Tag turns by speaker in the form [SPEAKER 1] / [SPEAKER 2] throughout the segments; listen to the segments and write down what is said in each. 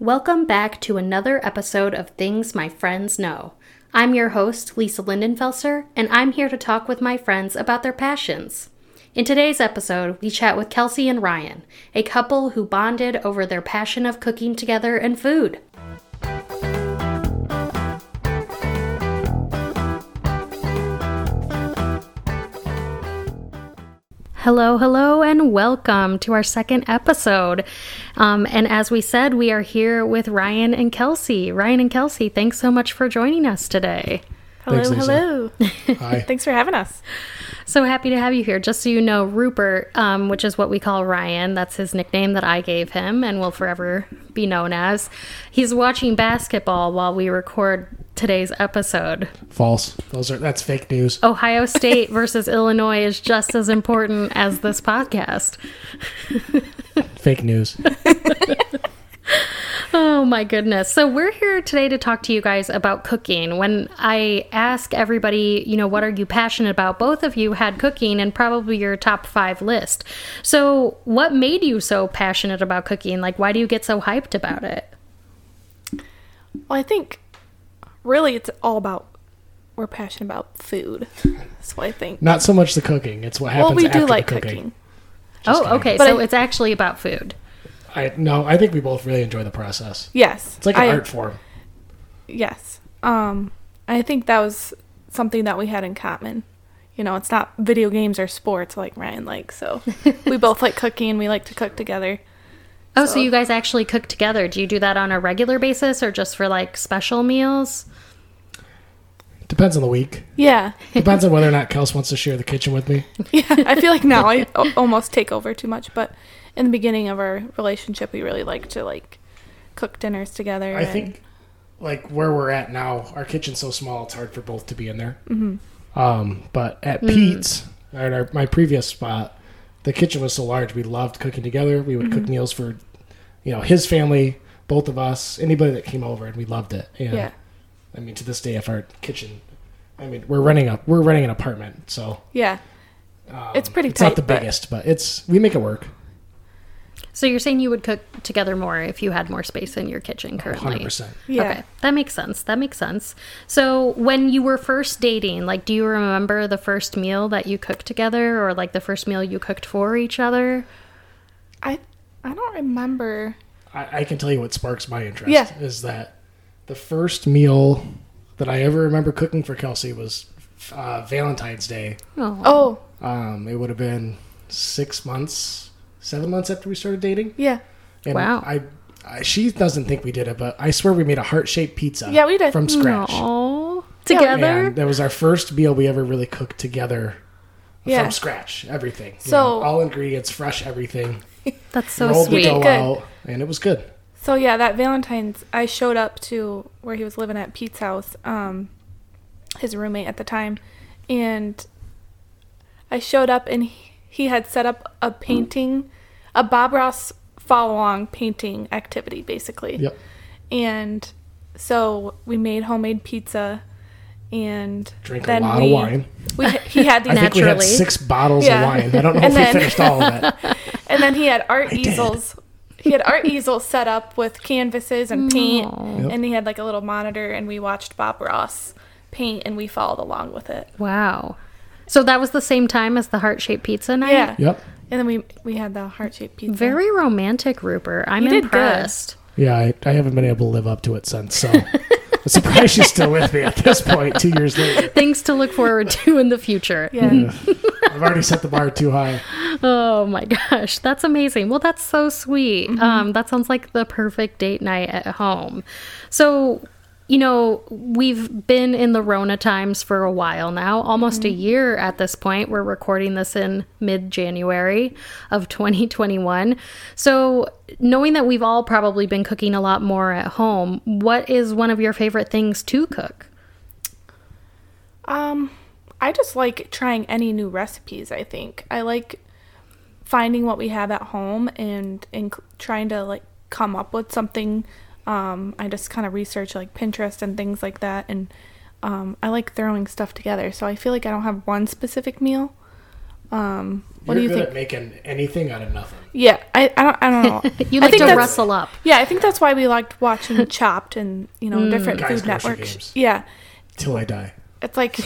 [SPEAKER 1] Welcome back to another episode of Things My Friends Know. I'm your host, Lisa Lindenfelser, and I'm here to talk with my friends about their passions. In today's episode, we chat with Kelsey and Ryan, a couple who bonded over their passion of cooking together and food. Hello, hello, and welcome to our second episode. Um, and as we said, we are here with Ryan and Kelsey. Ryan and Kelsey, thanks so much for joining us today.
[SPEAKER 2] Hello,
[SPEAKER 3] Thanks, Lisa.
[SPEAKER 2] hello.
[SPEAKER 3] Hi.
[SPEAKER 2] Thanks for having us.
[SPEAKER 1] So happy to have you here. Just so you know, Rupert, um, which is what we call Ryan, that's his nickname that I gave him and will forever be known as. He's watching basketball while we record today's episode.
[SPEAKER 3] False. Those are that's fake news.
[SPEAKER 1] Ohio State versus Illinois is just as important as this podcast.
[SPEAKER 3] Fake news.
[SPEAKER 1] Oh my goodness. So we're here today to talk to you guys about cooking. When I ask everybody, you know, what are you passionate about? Both of you had cooking and probably your top 5 list. So, what made you so passionate about cooking? Like why do you get so hyped about it?
[SPEAKER 2] Well, I think really it's all about we're passionate about food. That's what I think.
[SPEAKER 3] Not so much the cooking. It's what happens.
[SPEAKER 2] well, we
[SPEAKER 3] after
[SPEAKER 2] do
[SPEAKER 3] the
[SPEAKER 2] like
[SPEAKER 3] cooking.
[SPEAKER 2] cooking.
[SPEAKER 3] Just
[SPEAKER 1] oh,
[SPEAKER 3] kidding.
[SPEAKER 1] okay.
[SPEAKER 2] But
[SPEAKER 1] so
[SPEAKER 2] I-
[SPEAKER 1] it's actually about food.
[SPEAKER 3] I no. I think we both really enjoy the process.
[SPEAKER 2] Yes.
[SPEAKER 3] It's like an
[SPEAKER 2] I-
[SPEAKER 3] art form.
[SPEAKER 2] Yes. Um, I think that was something that we had in common. You know, it's not video games or sports like Ryan likes. So we both like cooking and we like to cook together.
[SPEAKER 1] Oh, so you guys actually cook together. Do you do that on a regular basis or just for like special meals?
[SPEAKER 3] Depends on the week.
[SPEAKER 2] Yeah.
[SPEAKER 3] Depends on whether or not Kels wants to share the kitchen with me.
[SPEAKER 2] Yeah. I feel like now I a- almost take over too much, but in the beginning of our relationship, we really like to like cook dinners together.
[SPEAKER 3] I
[SPEAKER 2] and-
[SPEAKER 3] think like where we're at now, our kitchen's so small, it's hard for both to be in there.
[SPEAKER 2] Mm-hmm.
[SPEAKER 3] Um, but at
[SPEAKER 2] Mm.
[SPEAKER 3] Pete's, at our, my previous spot, the kitchen was so large. We loved cooking together. We would
[SPEAKER 2] Mm-hmm.
[SPEAKER 3] cook meals for, you know, his family, both of us, anybody that came over, and we loved it. And
[SPEAKER 2] Yeah.
[SPEAKER 3] I mean, to this day, if our kitchen, I mean, we're running a we're running an apartment, so
[SPEAKER 2] Yeah.
[SPEAKER 3] Um,
[SPEAKER 2] it's pretty
[SPEAKER 3] it's
[SPEAKER 2] tight.
[SPEAKER 3] not the
[SPEAKER 2] but-
[SPEAKER 3] biggest, but it's we make it work.
[SPEAKER 1] So you're saying you would cook together more if you had more space in your kitchen currently.
[SPEAKER 3] Hundred percent.
[SPEAKER 2] Yeah.
[SPEAKER 1] Okay, that makes sense. That makes sense. So, when you were first dating, like, do you remember the first meal that you cooked together or like the first meal you cooked for each other?
[SPEAKER 2] I I don't remember.
[SPEAKER 3] I, I can tell you what sparks my interest
[SPEAKER 2] Yeah.
[SPEAKER 3] is that the first meal that I ever remember cooking for Kelsey was uh, Valentine's Day.
[SPEAKER 1] Oh,
[SPEAKER 2] Oh,
[SPEAKER 3] Um, it would have been six months, seven months after we started dating.
[SPEAKER 2] yeah.
[SPEAKER 3] And
[SPEAKER 1] Wow.
[SPEAKER 3] I, I she doesn't think we did it, but I swear we made a heart shaped pizza.
[SPEAKER 2] Yeah, we did.
[SPEAKER 3] from scratch.
[SPEAKER 1] Aw. together?
[SPEAKER 3] And that was our first meal we ever really cooked together.
[SPEAKER 2] Yeah.
[SPEAKER 3] From scratch, everything. you
[SPEAKER 2] So-
[SPEAKER 3] know, all ingredients, fresh, everything.
[SPEAKER 1] That's so
[SPEAKER 3] rolled
[SPEAKER 1] sweet.
[SPEAKER 3] the dough
[SPEAKER 2] Good.
[SPEAKER 3] out, and it was good.
[SPEAKER 2] So yeah, that Valentine's I showed up to where he was living at Pete's house, um his roommate at the time, and I showed up and he, he had set up a painting, a Bob Ross follow-along painting activity basically.
[SPEAKER 3] Yep.
[SPEAKER 2] And so we made homemade pizza and
[SPEAKER 3] Drank a
[SPEAKER 2] then
[SPEAKER 3] lot of
[SPEAKER 2] we,
[SPEAKER 3] wine.
[SPEAKER 2] We, he had these
[SPEAKER 3] I think we had
[SPEAKER 1] Naturally.
[SPEAKER 3] six bottles
[SPEAKER 2] Yeah.
[SPEAKER 3] of wine. I don't know
[SPEAKER 2] And
[SPEAKER 3] if
[SPEAKER 2] then-
[SPEAKER 3] we finished all of it.
[SPEAKER 2] And then he had art
[SPEAKER 3] I did.
[SPEAKER 2] easels. He had art easels set up with canvases and paint,
[SPEAKER 1] Aw.
[SPEAKER 2] and he had like a little monitor, and we watched Bob Ross paint, and we followed along with it.
[SPEAKER 1] Wow. So, that was the same time as the heart shaped pizza night?
[SPEAKER 2] Yeah.
[SPEAKER 3] Yep.
[SPEAKER 2] And then we we had the heart shaped pizza.
[SPEAKER 1] Very romantic, Rupert. I'm
[SPEAKER 2] You did good.
[SPEAKER 1] impressed.
[SPEAKER 3] Yeah, I, I haven't been able to live up to it since. So I'm surprised she's still with me at this point, two years later.
[SPEAKER 1] Things to look forward to in the future.
[SPEAKER 2] yeah.
[SPEAKER 3] I've already set the bar too high.
[SPEAKER 1] Oh my gosh, that's amazing. Well, that's so sweet.
[SPEAKER 2] Mm-hmm.
[SPEAKER 1] Um, that sounds like the perfect date night at home. So, you know, we've been in the Rona times for a while now, almost
[SPEAKER 2] Mm-hmm.
[SPEAKER 1] a year at this point. We're recording this in mid January of 2021. So, knowing that we've all probably been cooking a lot more at home, what is one of your favorite things to cook?
[SPEAKER 2] Um, I just like trying any new recipes. I think I like finding what we have at home and and c- trying to like come up with something. Um, I just kind of research like Pinterest and things like that, and um, I like throwing stuff together. So I feel like I don't have one specific meal. Um, What
[SPEAKER 3] You're
[SPEAKER 2] do you
[SPEAKER 3] good
[SPEAKER 2] think?
[SPEAKER 3] at making anything out of nothing.
[SPEAKER 2] Yeah, I, I don't I don't know.
[SPEAKER 1] You
[SPEAKER 2] I
[SPEAKER 1] like
[SPEAKER 2] think
[SPEAKER 1] to
[SPEAKER 2] that's-
[SPEAKER 1] rustle up.
[SPEAKER 2] Yeah, I think that's why we liked watching Chopped and you know different
[SPEAKER 3] Mm. Guys,
[SPEAKER 2] Food
[SPEAKER 3] grocery
[SPEAKER 2] Networks.
[SPEAKER 3] games.
[SPEAKER 2] Yeah,
[SPEAKER 3] Till I die.
[SPEAKER 2] it's like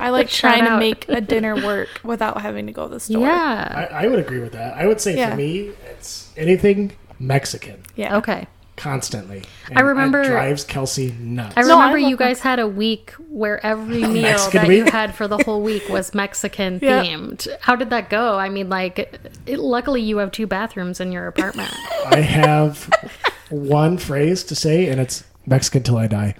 [SPEAKER 2] I like
[SPEAKER 1] Shout
[SPEAKER 2] trying to
[SPEAKER 1] out.
[SPEAKER 2] make a dinner work without having to go to the store.
[SPEAKER 1] Yeah.
[SPEAKER 3] I, I would agree with that. I would say
[SPEAKER 2] Yeah.
[SPEAKER 3] for me, it's anything Mexican
[SPEAKER 2] yeah.
[SPEAKER 1] Okay.
[SPEAKER 3] constantly.
[SPEAKER 1] I remember-
[SPEAKER 3] it drives Kelsey nuts.
[SPEAKER 1] I
[SPEAKER 2] No, I
[SPEAKER 1] remember
[SPEAKER 2] love
[SPEAKER 1] you guys had a week where every meal
[SPEAKER 3] Mexican
[SPEAKER 1] that you
[SPEAKER 3] week?
[SPEAKER 1] had for the whole week was Mexican
[SPEAKER 2] Yeah.
[SPEAKER 1] themed. How did that go? I mean, like, it, luckily you have two bathrooms in your apartment.
[SPEAKER 3] I have one phrase to say, and it's Mexican till I die.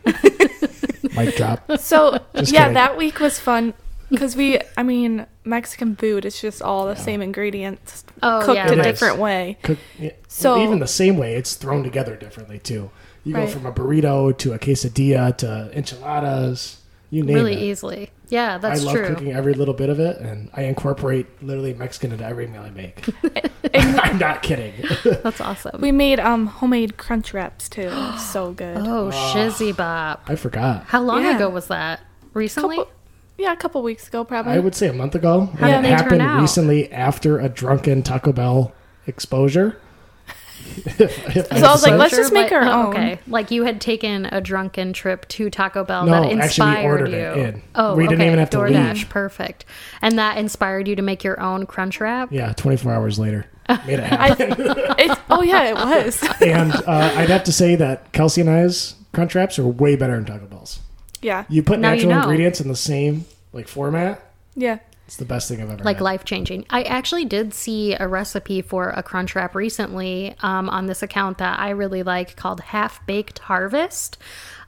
[SPEAKER 3] Mic drop.
[SPEAKER 2] So
[SPEAKER 3] Just
[SPEAKER 2] yeah,
[SPEAKER 3] kidding.
[SPEAKER 2] that week was fun because we I mean Mexican food it's just all the same ingredients
[SPEAKER 1] Oh,
[SPEAKER 2] cooked
[SPEAKER 1] yeah.
[SPEAKER 2] a
[SPEAKER 3] It is.
[SPEAKER 2] different way.
[SPEAKER 3] Cook, yeah,
[SPEAKER 2] So-
[SPEAKER 3] even the same way, it's thrown together differently too. You
[SPEAKER 2] Right.
[SPEAKER 3] go from a burrito to a quesadilla to enchiladas. You name
[SPEAKER 1] really
[SPEAKER 3] it.
[SPEAKER 1] easily. Yeah,
[SPEAKER 3] I
[SPEAKER 1] that's
[SPEAKER 3] love
[SPEAKER 1] true.
[SPEAKER 3] cooking every little bit of it, and I incorporate literally Mexican into every meal I make. I'm not kidding.
[SPEAKER 1] That's awesome.
[SPEAKER 2] We made um homemade crunch wraps too. so good.
[SPEAKER 3] Uh,
[SPEAKER 1] oh, shizzy bop.
[SPEAKER 3] I forgot.
[SPEAKER 1] How long
[SPEAKER 2] Yeah.
[SPEAKER 1] ago was that? Recently?
[SPEAKER 2] Couple- yeah, a couple weeks ago probably.
[SPEAKER 3] I would say a month ago.
[SPEAKER 1] How
[SPEAKER 3] and
[SPEAKER 1] did
[SPEAKER 3] it
[SPEAKER 1] they turn
[SPEAKER 3] happened
[SPEAKER 1] out?
[SPEAKER 3] recently after a drunken Taco Bell exposure. If- if
[SPEAKER 2] So I was like,
[SPEAKER 3] said-
[SPEAKER 2] let's just make
[SPEAKER 1] But-
[SPEAKER 2] our
[SPEAKER 1] oh,
[SPEAKER 2] own.
[SPEAKER 1] Okay. Like you had taken a drunken trip to Taco Bell
[SPEAKER 3] No,
[SPEAKER 1] that
[SPEAKER 3] actually, we
[SPEAKER 1] inspired
[SPEAKER 3] ordered
[SPEAKER 1] you.
[SPEAKER 3] it in.
[SPEAKER 1] Oh,
[SPEAKER 3] We didn't
[SPEAKER 1] okay.
[SPEAKER 3] even have to
[SPEAKER 1] DoorDash,
[SPEAKER 3] leave.
[SPEAKER 1] perfect. And that inspired you to make your own crunch wrap.
[SPEAKER 3] yeah, 24 hours later, made it happen.
[SPEAKER 2] It's- oh yeah, it was.
[SPEAKER 3] and uh, I'd have to say that Kelsey and I's crunch wraps are way better than Taco Bell's.
[SPEAKER 2] yeah.
[SPEAKER 3] You put
[SPEAKER 1] Now you
[SPEAKER 3] natural
[SPEAKER 1] know.
[SPEAKER 3] ingredients in the same like format.
[SPEAKER 2] Yeah.
[SPEAKER 3] It's the best thing I've ever
[SPEAKER 1] Like
[SPEAKER 3] had.
[SPEAKER 1] life changing. I actually did see a recipe for a crunch wrap recently um, on this account that I really like called Half Baked Harvest.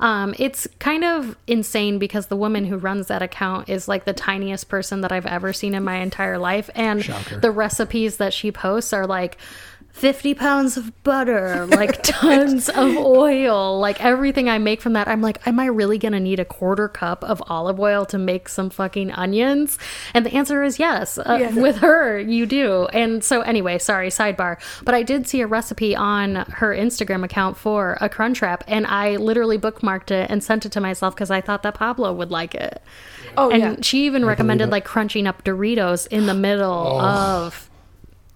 [SPEAKER 1] Um, it's kind of insane because the woman who runs that account is like the tiniest person that I've ever seen in my entire life. And
[SPEAKER 3] Shocker.
[SPEAKER 1] the recipes that she posts are like 50 pounds of butter, like tons of oil, like everything I make from that. I'm like, am I really going to need a quarter cup of olive oil to make some fucking onions? And the answer is yes. Uh,
[SPEAKER 2] Yes.
[SPEAKER 1] With her, you do. And so, anyway, sorry, sidebar. But I did see a recipe on her Instagram account for a crunch wrap, and I literally bookmarked it and sent it to myself because I thought that Pablo would like it.
[SPEAKER 2] Oh
[SPEAKER 1] and
[SPEAKER 2] yeah.
[SPEAKER 1] she even recommended
[SPEAKER 3] it. Oh.
[SPEAKER 1] like crunching up Doritos in the middle of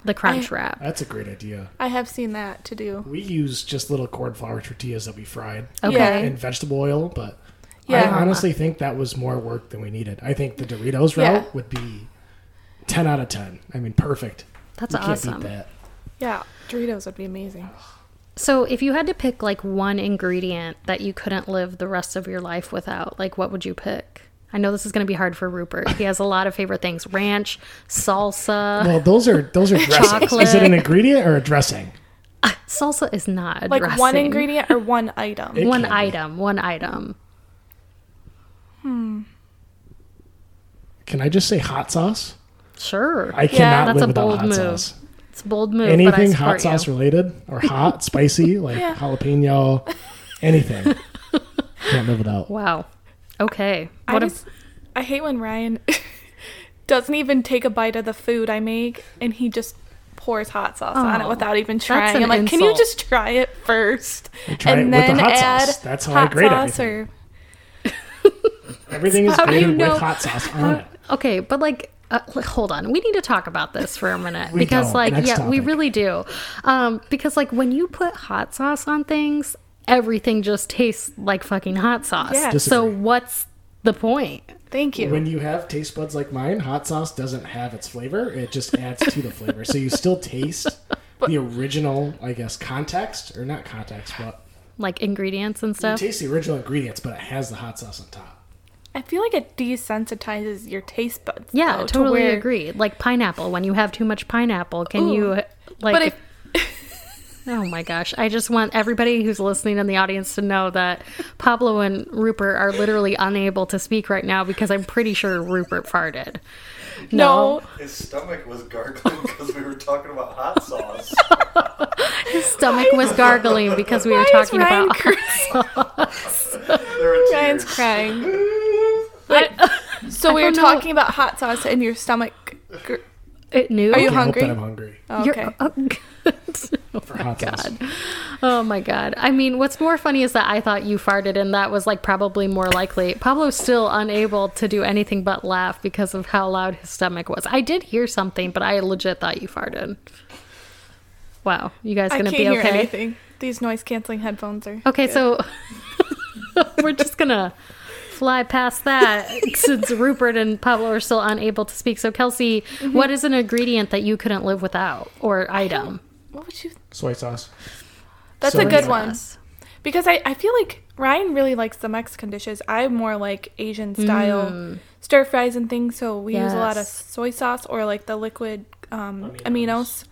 [SPEAKER 1] the crunch wrap.
[SPEAKER 3] That's a great idea.
[SPEAKER 2] I have seen that to do.
[SPEAKER 3] We use just little cornflour tortillas that we fried
[SPEAKER 1] Okay.
[SPEAKER 3] and vegetable oil, but
[SPEAKER 2] Yeah.
[SPEAKER 3] I honestly think that was more work than we needed. I think the Doritos
[SPEAKER 2] Yeah.
[SPEAKER 3] route would be 10 out of 10. I mean, perfect.
[SPEAKER 1] That's
[SPEAKER 3] You can't
[SPEAKER 1] awesome.
[SPEAKER 3] beat that.
[SPEAKER 2] Yeah. Doritos would be amazing.
[SPEAKER 1] So, if you had to pick like one ingredient that you couldn't live the rest of your life without, like what would you pick? I know this is going to be hard for Rupert. He has a lot of favorite things: ranch, salsa.
[SPEAKER 3] Well, those are those are dressings. Is it
[SPEAKER 1] Chocolate.
[SPEAKER 3] an ingredient or a dressing?
[SPEAKER 1] Salsa is not a
[SPEAKER 2] Like
[SPEAKER 1] dressing.
[SPEAKER 2] one ingredient or one item.
[SPEAKER 3] It
[SPEAKER 1] one
[SPEAKER 3] can be.
[SPEAKER 1] item, one item.
[SPEAKER 3] Can I just say hot sauce?
[SPEAKER 1] Sure,
[SPEAKER 3] I cannot
[SPEAKER 1] that's
[SPEAKER 3] live
[SPEAKER 1] a
[SPEAKER 3] without
[SPEAKER 1] bold
[SPEAKER 3] hot
[SPEAKER 1] move.
[SPEAKER 3] sauce.
[SPEAKER 1] it's a bold move. but I
[SPEAKER 3] Anything
[SPEAKER 1] support
[SPEAKER 3] hot sauce
[SPEAKER 1] you.
[SPEAKER 3] related or hot, spicy, like
[SPEAKER 2] Yeah.
[SPEAKER 3] jalapeno, anything. Can't live without.
[SPEAKER 1] Wow. Okay.
[SPEAKER 2] I
[SPEAKER 1] What if
[SPEAKER 2] just I hate when Ryan doesn't even take a bite of the food I make and he just pours hot sauce on it
[SPEAKER 1] Oh,
[SPEAKER 2] without even
[SPEAKER 1] that's
[SPEAKER 2] trying.
[SPEAKER 1] an
[SPEAKER 2] I'm like, can you
[SPEAKER 1] insult."
[SPEAKER 2] just try it first
[SPEAKER 3] try it with
[SPEAKER 2] and
[SPEAKER 3] the
[SPEAKER 2] then
[SPEAKER 3] hot
[SPEAKER 2] add
[SPEAKER 3] sauce. That's how I
[SPEAKER 2] hot
[SPEAKER 3] grate
[SPEAKER 2] sauce or
[SPEAKER 3] Everything is
[SPEAKER 1] How do you
[SPEAKER 3] grated
[SPEAKER 1] know-
[SPEAKER 3] with hot sauce on it.
[SPEAKER 1] Okay, but like, uh, like, hold on. We need to talk about this for a minute
[SPEAKER 3] We
[SPEAKER 1] because,
[SPEAKER 3] don't.
[SPEAKER 1] like,
[SPEAKER 3] Next
[SPEAKER 1] yeah, we
[SPEAKER 3] topic.
[SPEAKER 1] really do. Um, because, like, when you put hot sauce on things, everything just tastes like fucking hot sauce.
[SPEAKER 2] Yeah.
[SPEAKER 1] So
[SPEAKER 3] Disagree.
[SPEAKER 1] what's the point?
[SPEAKER 2] thank you.
[SPEAKER 3] When you have taste buds like mine, hot sauce doesn't have its flavor. It just adds to the flavor. So you still taste the original, I guess, context or not context, but
[SPEAKER 1] Like ingredients and
[SPEAKER 3] you
[SPEAKER 1] stuff.
[SPEAKER 3] taste the original ingredients, but it has the hot sauce on top.
[SPEAKER 2] I feel like it desensitizes your taste buds.
[SPEAKER 1] Yeah,
[SPEAKER 2] though, to
[SPEAKER 1] totally
[SPEAKER 2] where-
[SPEAKER 1] agree. Like pineapple. When you have too much pineapple, can you like?
[SPEAKER 2] But if
[SPEAKER 1] Oh my gosh. I just want everybody who's listening in the audience to know that Pablo and Rupert are literally unable to speak right now because I'm pretty sure Rupert farted.
[SPEAKER 2] no,
[SPEAKER 4] His stomach was gargling because we were talking about hot sauce.
[SPEAKER 1] Stomach was gargling because we were
[SPEAKER 2] why is
[SPEAKER 1] talking
[SPEAKER 2] Ryan
[SPEAKER 1] about
[SPEAKER 2] crying?
[SPEAKER 4] There were
[SPEAKER 2] Ryan's
[SPEAKER 4] tears.
[SPEAKER 2] crying. Like, so we were
[SPEAKER 1] don't know.
[SPEAKER 2] talking about hot sauce and your stomach gr-
[SPEAKER 1] At noon?
[SPEAKER 2] Are you
[SPEAKER 3] I hope that
[SPEAKER 2] hungry?
[SPEAKER 3] I'm hungry.
[SPEAKER 2] Oh,
[SPEAKER 1] You're-
[SPEAKER 2] okay.
[SPEAKER 1] oh,
[SPEAKER 3] For hot sauce.
[SPEAKER 1] Oh my god. I mean, what's more funny is that I thought you farted and that was like probably more likely. Pablo's still unable to do anything but laugh because of how loud his stomach was. I did hear something, but I legit thought you farted. Wow. You guys
[SPEAKER 2] I
[SPEAKER 1] going to
[SPEAKER 2] can't
[SPEAKER 1] be
[SPEAKER 2] hear
[SPEAKER 1] okay?
[SPEAKER 2] anything. These noise canceling headphones are.
[SPEAKER 1] Okay, so we're just going to fly past that since Rupert and Pablo are still unable to speak. So Kelsey,
[SPEAKER 2] Mm-hmm.
[SPEAKER 1] what is an ingredient that you couldn't live without or item?
[SPEAKER 2] What would you?
[SPEAKER 3] Soy sauce.
[SPEAKER 2] That's
[SPEAKER 3] So
[SPEAKER 2] a good
[SPEAKER 3] it's
[SPEAKER 2] one because I I feel like Ryan really likes the Mexican dishes. I'm more like Asian style stir fries and things. So we use a lot of
[SPEAKER 1] Mm. Yes.
[SPEAKER 2] soy sauce or like the liquid um, aminos.
[SPEAKER 3] Aminos.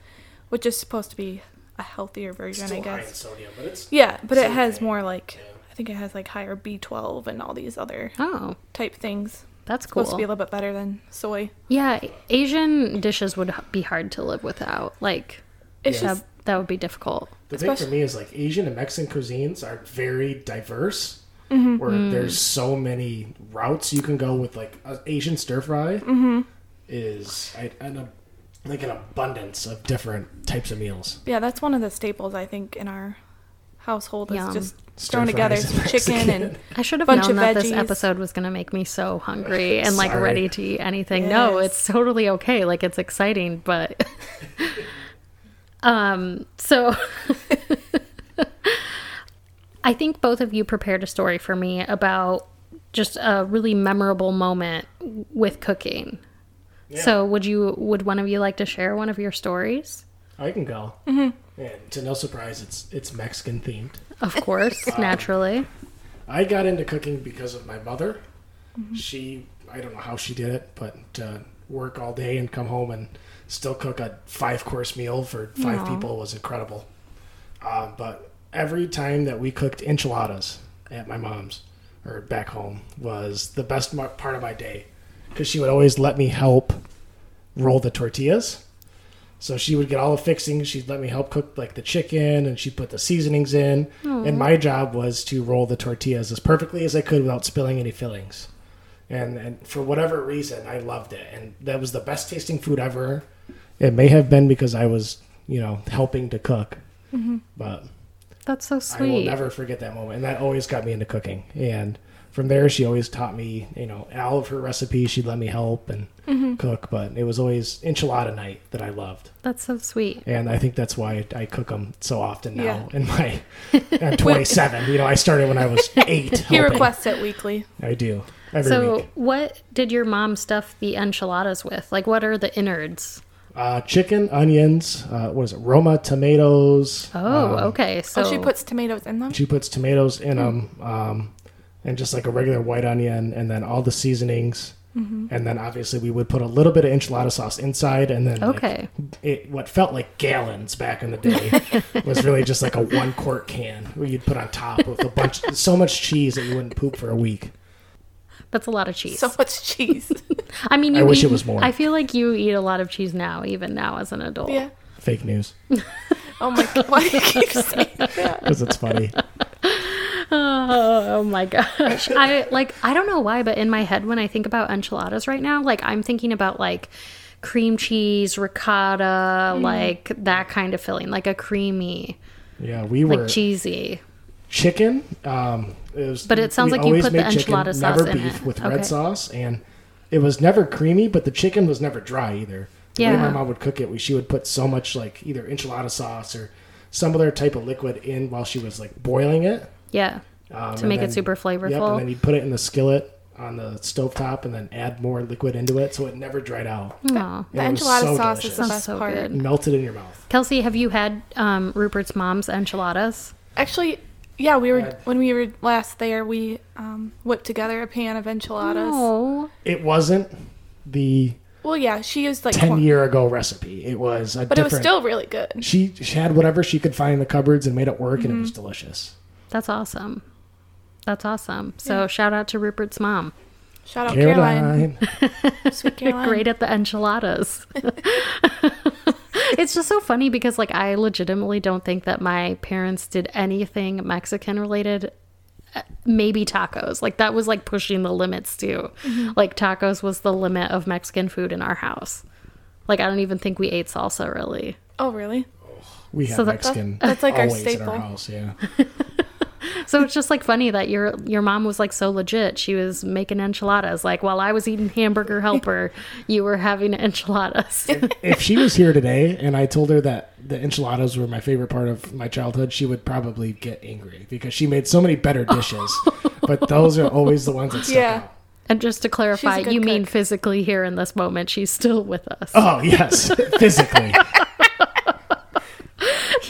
[SPEAKER 2] which is supposed to be a healthier version, I
[SPEAKER 3] Still high in
[SPEAKER 2] guess.
[SPEAKER 3] sodium, but it's
[SPEAKER 2] Yeah, but it
[SPEAKER 3] Same
[SPEAKER 2] has
[SPEAKER 3] thing.
[SPEAKER 2] more like
[SPEAKER 3] Yeah.
[SPEAKER 2] I think it has like higher B12 and all these other
[SPEAKER 1] Oh,
[SPEAKER 2] type things.
[SPEAKER 1] that's cool.
[SPEAKER 2] Supposed to be a little bit better than soy.
[SPEAKER 1] Yeah, Asian dishes would h- be hard to live without. Like
[SPEAKER 2] It's
[SPEAKER 1] that,
[SPEAKER 2] just
[SPEAKER 1] that would be difficult.
[SPEAKER 3] The thing for
[SPEAKER 2] Especially-
[SPEAKER 3] me is like Asian and Mexican cuisines are very diverse.
[SPEAKER 2] Mm-hmm.
[SPEAKER 3] Where there's so many routes you can go with like a Asian stir fry
[SPEAKER 2] Mm-hmm.
[SPEAKER 3] is I- an, ab- like an abundance of different types of meals.
[SPEAKER 2] yeah, that's one of the staples I think in our household is
[SPEAKER 1] Yum.
[SPEAKER 2] just
[SPEAKER 3] Stir
[SPEAKER 2] thrown together
[SPEAKER 3] fries
[SPEAKER 2] some
[SPEAKER 3] and
[SPEAKER 2] chicken and
[SPEAKER 3] Mexican.
[SPEAKER 1] I should have
[SPEAKER 2] Bunch
[SPEAKER 1] known
[SPEAKER 2] of
[SPEAKER 1] that this
[SPEAKER 2] veggies.
[SPEAKER 1] episode was going to make me so hungry and like
[SPEAKER 3] Sorry.
[SPEAKER 1] ready to eat anything. No,
[SPEAKER 2] Yes.
[SPEAKER 1] it's totally okay. Like it's exciting, but um so I think both of you prepared a story for me about just a really memorable moment with cooking. So, would you would one of you like to share one of your stories?
[SPEAKER 3] I can go.
[SPEAKER 2] Mm-hmm.
[SPEAKER 3] And to no surprise, it's it's Mexican themed.
[SPEAKER 1] Of course, naturally.
[SPEAKER 3] I got into cooking because of my mother. She, I don't know how she did it, but to work all day and come home and still cook a five course meal for five people was incredible. Uh, but every time that we cooked enchiladas at my mom's or back home was the best mo- part of my day because she would always let me help roll the tortillas. So she would get all the fixings. She'd let me help cook like the chicken, and she'd put the seasonings in. And my job was to roll the tortillas as perfectly as I could without spilling any fillings. And and for whatever reason, I loved it, and that was the best tasting food ever. It may have been because I was, you know, helping to cook, but
[SPEAKER 1] That's so
[SPEAKER 3] I will
[SPEAKER 1] sweet.
[SPEAKER 3] never forget that moment. And that always got me into cooking. And from there, she always taught me, you know, all of her recipes. She'd let me help and cook, but it was always enchilada night that I loved
[SPEAKER 1] That's so sweet.
[SPEAKER 3] and I think that's why I cook them so often now.
[SPEAKER 2] Yeah.
[SPEAKER 3] In my, I'm 27. you know, I started when I was eight.
[SPEAKER 2] he
[SPEAKER 3] helping.
[SPEAKER 2] requests it weekly.
[SPEAKER 3] I do every
[SPEAKER 1] So,
[SPEAKER 3] week.
[SPEAKER 1] what did your mom stuff the enchiladas with? Like, what are the innards?
[SPEAKER 3] Uh, chicken, onions. Uh, what is it? Roma tomatoes.
[SPEAKER 1] Oh,
[SPEAKER 3] Um,
[SPEAKER 1] okay. So
[SPEAKER 2] oh, she puts tomatoes in them.
[SPEAKER 3] She puts tomatoes in
[SPEAKER 1] Hmm.
[SPEAKER 3] them, um, and just like a regular white onion, and then all the seasonings.
[SPEAKER 1] Mm-hmm.
[SPEAKER 3] And then obviously we would put a little bit of enchilada sauce inside, and then like,
[SPEAKER 1] okay.
[SPEAKER 3] it what felt like gallons back in the day was really just like a one quart can where you'd put on top with a bunch so much cheese that you wouldn't poop for a week.
[SPEAKER 1] That's a lot of cheese.
[SPEAKER 2] So much cheese.
[SPEAKER 1] I mean, you
[SPEAKER 3] I wish it
[SPEAKER 1] eat-
[SPEAKER 3] was more.
[SPEAKER 1] I feel like you eat a lot of cheese now, even now as an adult.
[SPEAKER 2] yeah.
[SPEAKER 3] Fake news
[SPEAKER 2] Oh my god. Why do you keep saying that?
[SPEAKER 3] because it's funny.
[SPEAKER 1] Oh, oh my gosh. I like I don't know why, but in my head when I think about enchiladas right now, like I'm thinking about like cream cheese, ricotta,
[SPEAKER 2] Mm.
[SPEAKER 1] like that kind of filling, like a creamy,
[SPEAKER 3] Yeah, we
[SPEAKER 1] like
[SPEAKER 3] were
[SPEAKER 1] cheesy.
[SPEAKER 3] chicken. Um, it was,
[SPEAKER 1] But it sounds
[SPEAKER 3] we
[SPEAKER 1] like you
[SPEAKER 3] always
[SPEAKER 1] put the
[SPEAKER 3] made chicken,
[SPEAKER 1] enchilada sauce
[SPEAKER 3] never
[SPEAKER 1] in
[SPEAKER 3] beef
[SPEAKER 1] it.
[SPEAKER 3] with
[SPEAKER 1] Okay.
[SPEAKER 3] red sauce, and it was never creamy, but the chicken was never dry either. The way
[SPEAKER 1] Yeah.
[SPEAKER 3] my mom would cook it, we- she would put so much like either enchilada sauce or some other type of liquid in while she was like boiling it.
[SPEAKER 1] Yeah.
[SPEAKER 3] um,
[SPEAKER 1] To
[SPEAKER 3] and
[SPEAKER 1] make it super
[SPEAKER 3] Yep, and then
[SPEAKER 1] flavorful.
[SPEAKER 3] you put it in the skillet on the stovetop, and then add more liquid into it so it never dried out.
[SPEAKER 1] Aw.
[SPEAKER 2] The
[SPEAKER 3] It was
[SPEAKER 2] enchilada
[SPEAKER 3] so
[SPEAKER 2] sauce is
[SPEAKER 3] delicious.
[SPEAKER 2] the
[SPEAKER 1] Sounds
[SPEAKER 2] best
[SPEAKER 1] so
[SPEAKER 2] part.
[SPEAKER 1] good.
[SPEAKER 3] Melted in your mouth.
[SPEAKER 1] Kelsey, have you had um, Rupert's mom's enchiladas?
[SPEAKER 2] Actually, yeah, we were
[SPEAKER 3] Yeah.
[SPEAKER 2] when we were last there, we um, whipped together a pan of enchiladas.
[SPEAKER 1] No.
[SPEAKER 3] It wasn't the
[SPEAKER 2] Well, yeah, she used like
[SPEAKER 3] ten
[SPEAKER 2] corn-
[SPEAKER 3] year ago recipe. It was a
[SPEAKER 2] but it
[SPEAKER 3] different.
[SPEAKER 2] was still really good.
[SPEAKER 3] she, she had whatever she could find in the cupboards and made it work, and it was
[SPEAKER 2] Mm-hmm.
[SPEAKER 3] delicious.
[SPEAKER 1] That's awesome. That's awesome. So shout out to Rupert's mom.
[SPEAKER 2] Shout out Oh, Caroline,
[SPEAKER 3] Caroline,
[SPEAKER 2] sweet Caroline.
[SPEAKER 1] Great at the enchiladas. it's just so funny because like I legitimately don't think that my parents did anything Mexican related. Uh, Maybe tacos. Like that was like pushing the limits too. Like tacos was the limit of Mexican food in our house. Like I don't even think we ate salsa really.
[SPEAKER 2] Oh, really?
[SPEAKER 3] We have
[SPEAKER 1] So that-
[SPEAKER 3] Mexican.
[SPEAKER 2] that's like our
[SPEAKER 3] always In
[SPEAKER 2] staple.
[SPEAKER 3] our house, yeah.
[SPEAKER 1] So it's just like funny that your your mom was like so legit. She was making enchiladas. Like while I was eating hamburger helper, you were having enchiladas.
[SPEAKER 3] if she was here today and I told her that the enchiladas were my favorite part of my childhood, she would probably get angry because she made so many better dishes. but those are always the ones that stuck
[SPEAKER 2] Yeah.
[SPEAKER 3] out.
[SPEAKER 1] and just to clarify,
[SPEAKER 2] good
[SPEAKER 1] you mean
[SPEAKER 2] cook.
[SPEAKER 1] physically here in this moment, she's still with us.
[SPEAKER 3] Oh yes, physically.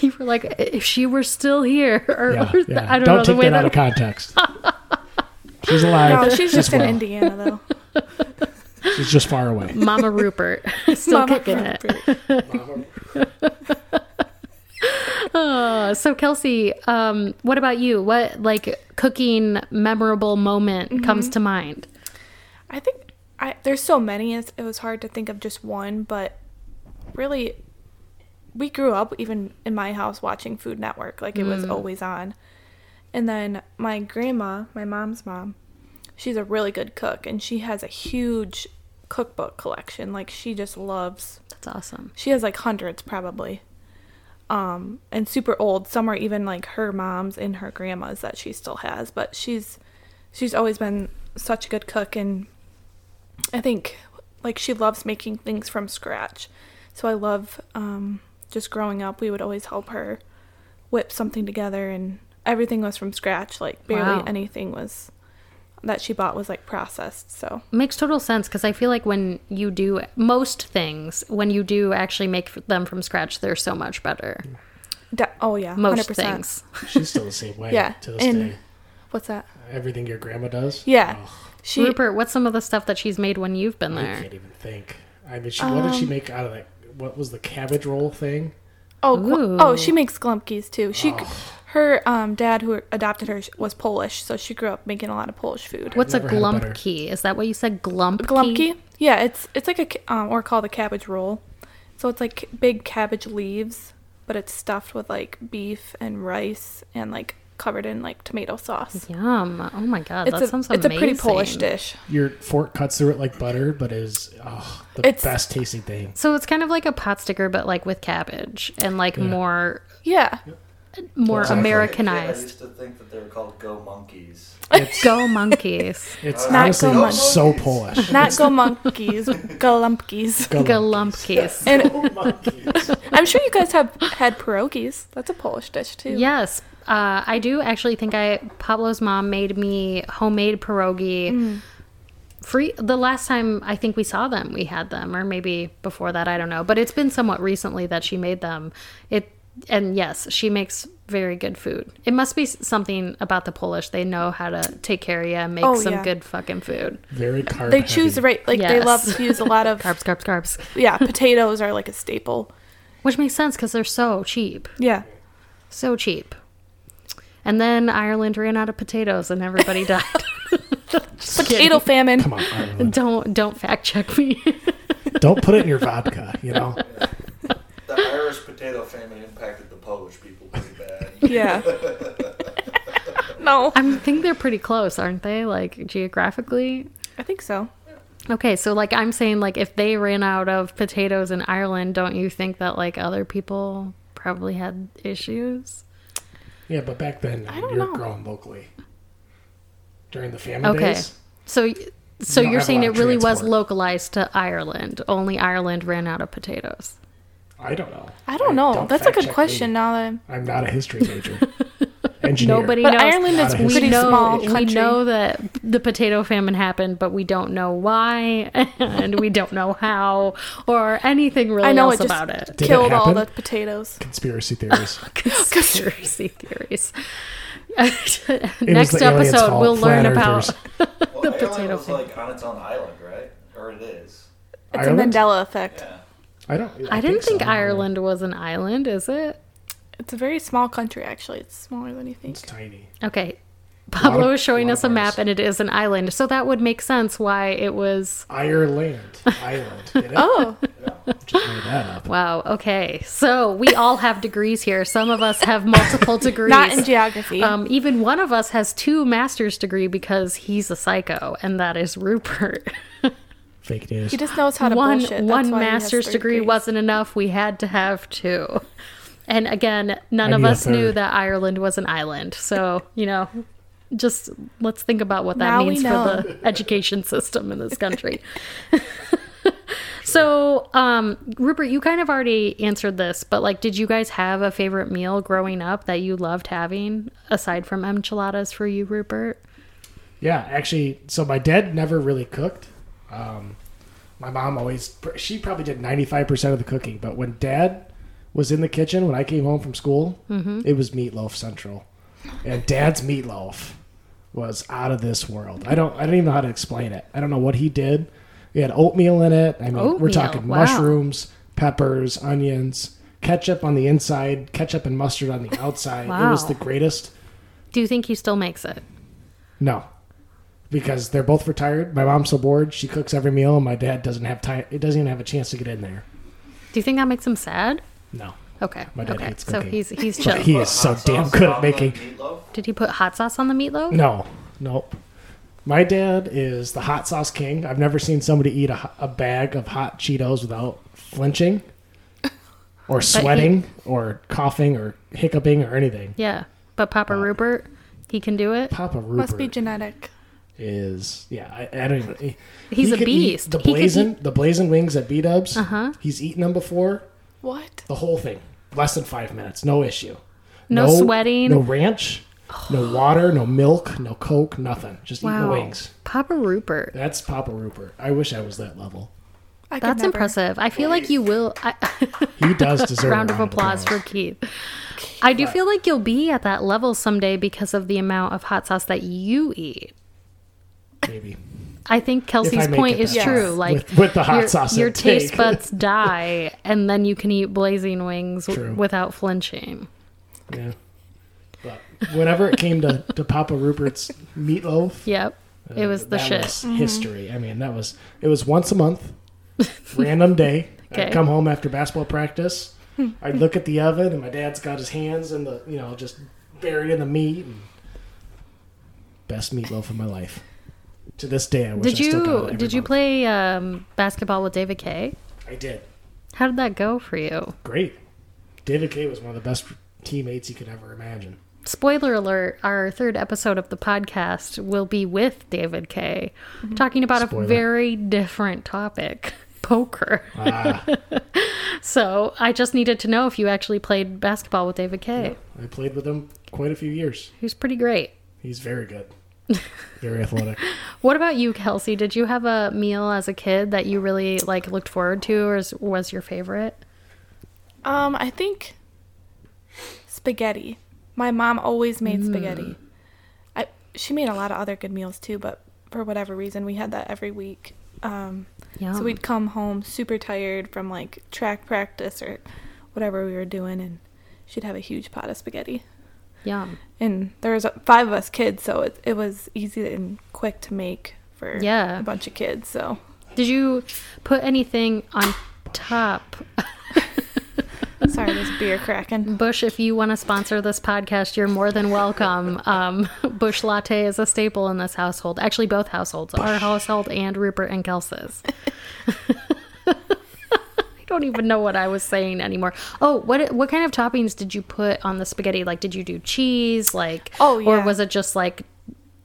[SPEAKER 1] You were like, if she were still here, or,
[SPEAKER 3] Yeah,
[SPEAKER 1] or
[SPEAKER 3] yeah.
[SPEAKER 1] I don't, know the
[SPEAKER 3] take
[SPEAKER 1] way
[SPEAKER 3] that, out of
[SPEAKER 1] that.
[SPEAKER 3] context. She's alive.
[SPEAKER 2] No, she's just in
[SPEAKER 3] well.
[SPEAKER 2] Indiana though.
[SPEAKER 3] She's just far away.
[SPEAKER 1] Mama Rupert still
[SPEAKER 2] Mama
[SPEAKER 1] kicking it.
[SPEAKER 2] Rupert.
[SPEAKER 1] Uh, so Kelsey, um, what about you? What like cooking memorable moment
[SPEAKER 2] Mm-hmm.
[SPEAKER 1] comes to mind?
[SPEAKER 2] I think I there's so many. It's, it was hard to think of just one, but really, we grew up even in my house watching Food Network. Like it was always on. And then my grandma, my mom's mom, she's a really good cook, and she has a huge cookbook collection. Like she just loves
[SPEAKER 1] That's awesome.
[SPEAKER 2] she has like hundreds probably um and super old some are even like her mom's and her grandma's that she still has but she's she's always been such a good cook and i think like she loves making things from scratch so i love um just growing up we would always help her whip something together and everything was from scratch like barely
[SPEAKER 1] Wow.
[SPEAKER 2] anything was that she bought was like processed so
[SPEAKER 1] Makes total sense because I feel like when you do most things, when you do actually make f- them from scratch, they're so much better.
[SPEAKER 2] de- oh yeah
[SPEAKER 1] Most
[SPEAKER 2] 100%
[SPEAKER 1] things.
[SPEAKER 3] She's still the same way
[SPEAKER 2] Yeah,
[SPEAKER 3] to this
[SPEAKER 2] and-
[SPEAKER 3] day.
[SPEAKER 2] what's that
[SPEAKER 3] Everything your grandma does.
[SPEAKER 2] yeah she
[SPEAKER 1] Rupert, what's some of the stuff that she's made when you've been
[SPEAKER 3] I
[SPEAKER 1] there?
[SPEAKER 3] can't even think. I mean, she, what did
[SPEAKER 2] Um,
[SPEAKER 3] she make out of that? What was the cabbage roll thing?
[SPEAKER 2] Oh,
[SPEAKER 1] Ooh.
[SPEAKER 2] qu- oh, she makes glumpkies too. She, her um, dad who adopted her was Polish, so she grew up making a lot of Polish food.
[SPEAKER 1] What's a
[SPEAKER 3] never had
[SPEAKER 1] glump
[SPEAKER 3] butter.
[SPEAKER 1] key? Is that what you said? Glump
[SPEAKER 2] Glumpki? Yeah, it's it's like a ca- um, or called a cabbage roll. So it's like big cabbage leaves, but it's stuffed with like beef and rice and like covered in like tomato sauce.
[SPEAKER 1] Yum. Oh my god,
[SPEAKER 2] It's
[SPEAKER 1] that sounds
[SPEAKER 2] a it's a
[SPEAKER 1] amazing.
[SPEAKER 2] pretty Polish dish.
[SPEAKER 3] Your fork cuts through it like butter, but is oh, the
[SPEAKER 2] It's-
[SPEAKER 3] best tasting thing.
[SPEAKER 1] So it's kind of like a pot sticker, but like with cabbage and like more
[SPEAKER 2] Yeah,
[SPEAKER 1] more
[SPEAKER 3] Exactly.
[SPEAKER 4] I
[SPEAKER 1] Americanized.
[SPEAKER 4] used to think that they were called go monkeys.
[SPEAKER 3] It's,
[SPEAKER 1] Go monkeys.
[SPEAKER 3] it's
[SPEAKER 2] Not
[SPEAKER 3] honestly
[SPEAKER 2] so much.
[SPEAKER 3] so Polish.
[SPEAKER 2] not go monkeys, glumpkies.
[SPEAKER 1] Go lumpies.
[SPEAKER 2] And
[SPEAKER 4] monkeys.
[SPEAKER 2] I'm sure you guys have had pierogies. That's a Polish dish too.
[SPEAKER 1] Yes, uh, I do actually think I Pablo's mom made me homemade pierogi.
[SPEAKER 2] Mm.
[SPEAKER 1] Free the last time I think we saw them, we had them, or maybe before that, I don't know. But it's been somewhat recently that she made them. It and yes, she makes very good food. It must be s- something about the Polish; they know how to take care of you and make
[SPEAKER 2] Oh,
[SPEAKER 1] some
[SPEAKER 2] yeah.
[SPEAKER 1] good fucking food.
[SPEAKER 3] Very carb.
[SPEAKER 2] They choose the right, like they love
[SPEAKER 1] Yes.
[SPEAKER 2] to use a lot of
[SPEAKER 1] Carbs, carbs, carbs,
[SPEAKER 2] yeah, potatoes are like a staple.
[SPEAKER 1] which makes sense because they're so cheap,
[SPEAKER 2] Yeah.
[SPEAKER 1] so cheap. And then Ireland ran out of potatoes, and everybody died.
[SPEAKER 2] Potato famine.
[SPEAKER 3] Come on, Ireland.
[SPEAKER 1] Don't don't fact check me.
[SPEAKER 3] don't put it in your vodka. You know,
[SPEAKER 4] The Irish potato famine impacted the Polish people pretty bad.
[SPEAKER 2] Yeah. no.
[SPEAKER 1] I think they're pretty close, aren't they? Like geographically.
[SPEAKER 2] I think so.
[SPEAKER 1] Okay, so like I'm saying, like if they ran out of potatoes in Ireland, don't you think that like other people probably had issues?
[SPEAKER 3] yeah, but back then
[SPEAKER 2] don't
[SPEAKER 3] you were
[SPEAKER 2] know.
[SPEAKER 3] growing locally during the famine
[SPEAKER 1] Okay,
[SPEAKER 3] days.
[SPEAKER 1] so so
[SPEAKER 3] You don't
[SPEAKER 1] you're
[SPEAKER 3] have a
[SPEAKER 1] saying
[SPEAKER 3] lot
[SPEAKER 1] it
[SPEAKER 3] of
[SPEAKER 1] really was
[SPEAKER 3] transport.
[SPEAKER 1] localized to Ireland. Only Ireland ran out of potatoes.
[SPEAKER 3] I don't know.
[SPEAKER 2] I don't know. That's a
[SPEAKER 3] fact
[SPEAKER 2] good
[SPEAKER 3] check me.
[SPEAKER 2] question now that I'm,
[SPEAKER 3] I'm not a history major. Engineer.
[SPEAKER 1] Nobody
[SPEAKER 2] But
[SPEAKER 1] knows.
[SPEAKER 2] Ireland
[SPEAKER 3] is
[SPEAKER 1] we
[SPEAKER 2] pretty
[SPEAKER 1] know,
[SPEAKER 2] small
[SPEAKER 1] We
[SPEAKER 2] country.
[SPEAKER 1] know that the potato famine happened, but we don't know why, and we don't know how, or anything really
[SPEAKER 2] I know
[SPEAKER 1] else
[SPEAKER 2] it just
[SPEAKER 1] about it.
[SPEAKER 3] it
[SPEAKER 2] killed all
[SPEAKER 3] happen?
[SPEAKER 2] the potatoes.
[SPEAKER 3] conspiracy theories.
[SPEAKER 1] Conspiracy theories.
[SPEAKER 3] It was
[SPEAKER 1] Next
[SPEAKER 3] the aliens'
[SPEAKER 1] episode,
[SPEAKER 3] fault,
[SPEAKER 1] we'll learn
[SPEAKER 3] flat
[SPEAKER 1] about.
[SPEAKER 3] earthers.
[SPEAKER 4] Well, Ireland
[SPEAKER 1] potato
[SPEAKER 4] was
[SPEAKER 1] famine.
[SPEAKER 4] like on its own island, right? Or it is.
[SPEAKER 2] It's a
[SPEAKER 3] Ireland?
[SPEAKER 2] Mandela effect.
[SPEAKER 4] Yeah.
[SPEAKER 3] I don't.
[SPEAKER 1] I didn't think
[SPEAKER 3] so.
[SPEAKER 1] Ireland was an island, is it?
[SPEAKER 2] It's a very small country actually. It's smaller than you think.
[SPEAKER 3] It's tiny.
[SPEAKER 1] Okay. Pablo
[SPEAKER 3] of-
[SPEAKER 1] is showing
[SPEAKER 3] lot
[SPEAKER 1] us a
[SPEAKER 3] of
[SPEAKER 1] map,
[SPEAKER 3] islands.
[SPEAKER 1] and it is an island, so that would make sense why it was.
[SPEAKER 3] Ireland. Island. Get it?
[SPEAKER 2] Oh,
[SPEAKER 3] Just made that up.
[SPEAKER 1] Wow. Okay. So we all have degrees here. Some of us have multiple degrees.
[SPEAKER 2] not in geography.
[SPEAKER 1] Um, even one of us has two master's degree because he's a psycho, and that is Rupert.
[SPEAKER 3] Fake news.
[SPEAKER 2] He just knows how to
[SPEAKER 1] one
[SPEAKER 2] bullshit. That's
[SPEAKER 1] one
[SPEAKER 2] why he has
[SPEAKER 1] master's
[SPEAKER 2] three
[SPEAKER 1] degree
[SPEAKER 2] degrees.
[SPEAKER 1] wasn't enough. We had to have two. And again, none
[SPEAKER 3] I
[SPEAKER 1] of
[SPEAKER 3] need a
[SPEAKER 1] us knew
[SPEAKER 3] third.
[SPEAKER 1] that Ireland was an island. So, you know, just let's think about what that
[SPEAKER 2] Now we
[SPEAKER 1] means for
[SPEAKER 2] know.
[SPEAKER 1] the education system in this country. so, um, Rupert, you kind of already answered this, but like, did you guys have a favorite meal growing up that you loved having aside from enchiladas for you, Rupert?
[SPEAKER 3] Yeah, actually, so my dad never really cooked. Um, my mom always, she probably did 95% of the cooking, but when dad was in the kitchen, when I came home from school,
[SPEAKER 1] Mm-hmm.
[SPEAKER 3] it was meatloaf central. And dad's meatloaf was out of this world. I don't, I don't even know how to explain it. I don't know what he did. He had oatmeal in it. I mean, we're
[SPEAKER 1] Oatmeal,
[SPEAKER 3] talking
[SPEAKER 1] wow.
[SPEAKER 3] mushrooms, peppers, onions, ketchup on the inside, ketchup and mustard on the outside. It was
[SPEAKER 1] Wow.
[SPEAKER 3] the greatest.
[SPEAKER 1] Do you think he still makes it?
[SPEAKER 3] No, because they're both retired. My mom's so bored; she cooks every meal, and my dad doesn't have time. It doesn't even have a chance to get in there.
[SPEAKER 1] Do you think that makes him sad?
[SPEAKER 3] No,
[SPEAKER 1] Okay.
[SPEAKER 3] My dad
[SPEAKER 1] okay.
[SPEAKER 3] hates
[SPEAKER 1] so
[SPEAKER 3] cooking.
[SPEAKER 1] he's he's chill.
[SPEAKER 3] but he is so damn good at making.
[SPEAKER 1] Did he put hot sauce on the meatloaf?
[SPEAKER 3] No, nope. My dad is the hot sauce king. I've never seen somebody eat a, ho- a bag of hot Cheetos without flinching, or sweating, or coughing, or hiccuping, or anything.
[SPEAKER 1] Yeah, but Papa Rupert, he can do it.
[SPEAKER 3] Papa Rupert
[SPEAKER 2] Must be genetic.
[SPEAKER 3] is yeah. I, I don't even.
[SPEAKER 1] He's
[SPEAKER 3] he
[SPEAKER 1] a
[SPEAKER 3] could eat
[SPEAKER 1] beast.
[SPEAKER 3] The
[SPEAKER 1] He could
[SPEAKER 3] blazing the blazing wings at B Dubs.
[SPEAKER 1] Uh-huh.
[SPEAKER 3] He's eaten them before.
[SPEAKER 2] What?
[SPEAKER 3] the whole thing less than five minutes no issue
[SPEAKER 1] No sweating?
[SPEAKER 3] no ranch no water no milk no coke nothing just eating
[SPEAKER 1] Wow,
[SPEAKER 3] the wings
[SPEAKER 1] Papa Rupert.
[SPEAKER 3] that's papa rupert i wish i was that level
[SPEAKER 2] I could
[SPEAKER 1] That's
[SPEAKER 2] never.
[SPEAKER 1] impressive. I feel like you will. I,
[SPEAKER 3] he does deserve
[SPEAKER 1] round of applause for Keith. I do feel like you'll be at that level someday because of the amount of hot sauce that you eat.
[SPEAKER 3] maybe
[SPEAKER 1] I think Kelsey's
[SPEAKER 3] make
[SPEAKER 1] point
[SPEAKER 3] it
[SPEAKER 1] is
[SPEAKER 3] that
[SPEAKER 1] true.
[SPEAKER 3] far.
[SPEAKER 1] Like
[SPEAKER 3] With- with the hot
[SPEAKER 1] your,
[SPEAKER 3] sauce
[SPEAKER 1] your
[SPEAKER 3] and take.
[SPEAKER 1] taste buds die, and then you can eat blazing wings w-
[SPEAKER 3] True.
[SPEAKER 1] without flinching.
[SPEAKER 3] yeah but whenever it came to, to papa rupert's meatloaf
[SPEAKER 1] Yep, it was the
[SPEAKER 3] Uh, that
[SPEAKER 1] shit.
[SPEAKER 3] was history i mean that was it was once a month random day
[SPEAKER 1] Okay. Hmm.
[SPEAKER 3] i'd come home after basketball practice i'd look at the oven and my dad's got his hands in the you know just buried in the meat and best meatloaf of my life to this day i wish
[SPEAKER 1] Did
[SPEAKER 3] I still got it
[SPEAKER 1] you
[SPEAKER 3] every
[SPEAKER 1] did you
[SPEAKER 3] month.
[SPEAKER 1] play um, basketball with David Kay?
[SPEAKER 3] i did
[SPEAKER 1] How did that go for you?
[SPEAKER 3] great david Kay was one of the best teammates you could ever imagine
[SPEAKER 1] Spoiler alert, our third episode of the podcast will be with David Kay, talking about
[SPEAKER 3] Spoiler.
[SPEAKER 1] a very different topic poker.
[SPEAKER 3] ah,
[SPEAKER 1] So I just needed to know if you actually played basketball with David Kay,
[SPEAKER 3] i played with him quite a few years
[SPEAKER 1] who's pretty great.
[SPEAKER 3] he's very good very athletic
[SPEAKER 1] What about you, Kelsey? Did you have a meal as a kid that you really like looked forward to or is- was your favorite?
[SPEAKER 2] Um, I think spaghetti. My mom always made spaghetti. I she made a lot of other good meals too, but for whatever reason we had that every week. Um,
[SPEAKER 1] Yeah.
[SPEAKER 2] so we'd come home super tired from like track practice or whatever we were doing, and she'd have a huge pot of spaghetti.
[SPEAKER 1] Yum.
[SPEAKER 2] And there was uh, five of us kids, so it it was easy and quick to make for
[SPEAKER 1] Yeah.
[SPEAKER 2] a bunch of kids. So
[SPEAKER 1] Did you put anything on top?
[SPEAKER 2] sorry, there's beer cracking.
[SPEAKER 1] Bush, if you want to sponsor this podcast, you're more than welcome. Um, Bush latte is a staple in this household. Actually, both households, our household and Rupert and Kelsey's. I don't even know what I was saying anymore. Oh, what what kind of toppings did you put on the spaghetti? Like, did you do cheese? Like,
[SPEAKER 2] Oh,
[SPEAKER 1] or
[SPEAKER 2] yeah.
[SPEAKER 1] was it just like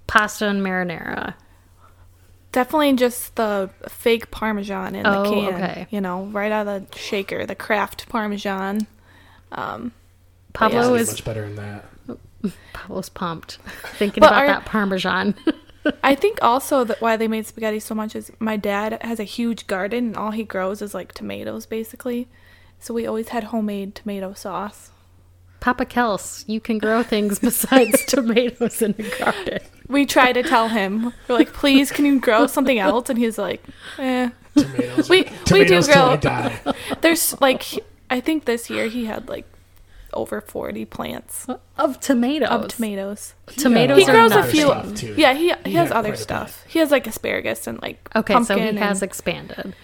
[SPEAKER 1] pasta and marinara?
[SPEAKER 2] Definitely just the fake parmesan in
[SPEAKER 1] Oh,
[SPEAKER 2] the can.
[SPEAKER 1] okay.
[SPEAKER 2] You know, right out of the shaker, the craft parmesan. Um,
[SPEAKER 1] Pablo
[SPEAKER 2] Yeah.
[SPEAKER 1] is
[SPEAKER 3] much better than that
[SPEAKER 1] Pablo's pumped thinking
[SPEAKER 2] But
[SPEAKER 1] about
[SPEAKER 2] are-
[SPEAKER 1] that parmesan.
[SPEAKER 2] I think also that why they made spaghetti so much is my dad has a huge garden and all he grows is like tomatoes basically. So we always had homemade tomato sauce.
[SPEAKER 1] Papa Kels, you can grow things besides tomatoes in the garden.
[SPEAKER 2] We try to tell him, we're like, please, can you grow something else? And he's like, eh.
[SPEAKER 3] tomatoes
[SPEAKER 2] We- we do
[SPEAKER 3] tomatoes till
[SPEAKER 2] grow-
[SPEAKER 3] I die.
[SPEAKER 2] There's like, I think this year he had like over 40 plants
[SPEAKER 1] Of tomatoes.
[SPEAKER 2] of tomatoes.
[SPEAKER 1] Tomatoes
[SPEAKER 2] He
[SPEAKER 1] are
[SPEAKER 2] grows a
[SPEAKER 1] nuts.
[SPEAKER 2] few.
[SPEAKER 3] Stuff, too.
[SPEAKER 2] Yeah, he he has
[SPEAKER 3] got
[SPEAKER 2] other
[SPEAKER 3] quite a bit.
[SPEAKER 2] stuff. He has like asparagus and like
[SPEAKER 1] Okay, so
[SPEAKER 2] pumpkin.
[SPEAKER 1] he has
[SPEAKER 2] and-
[SPEAKER 1] expanded.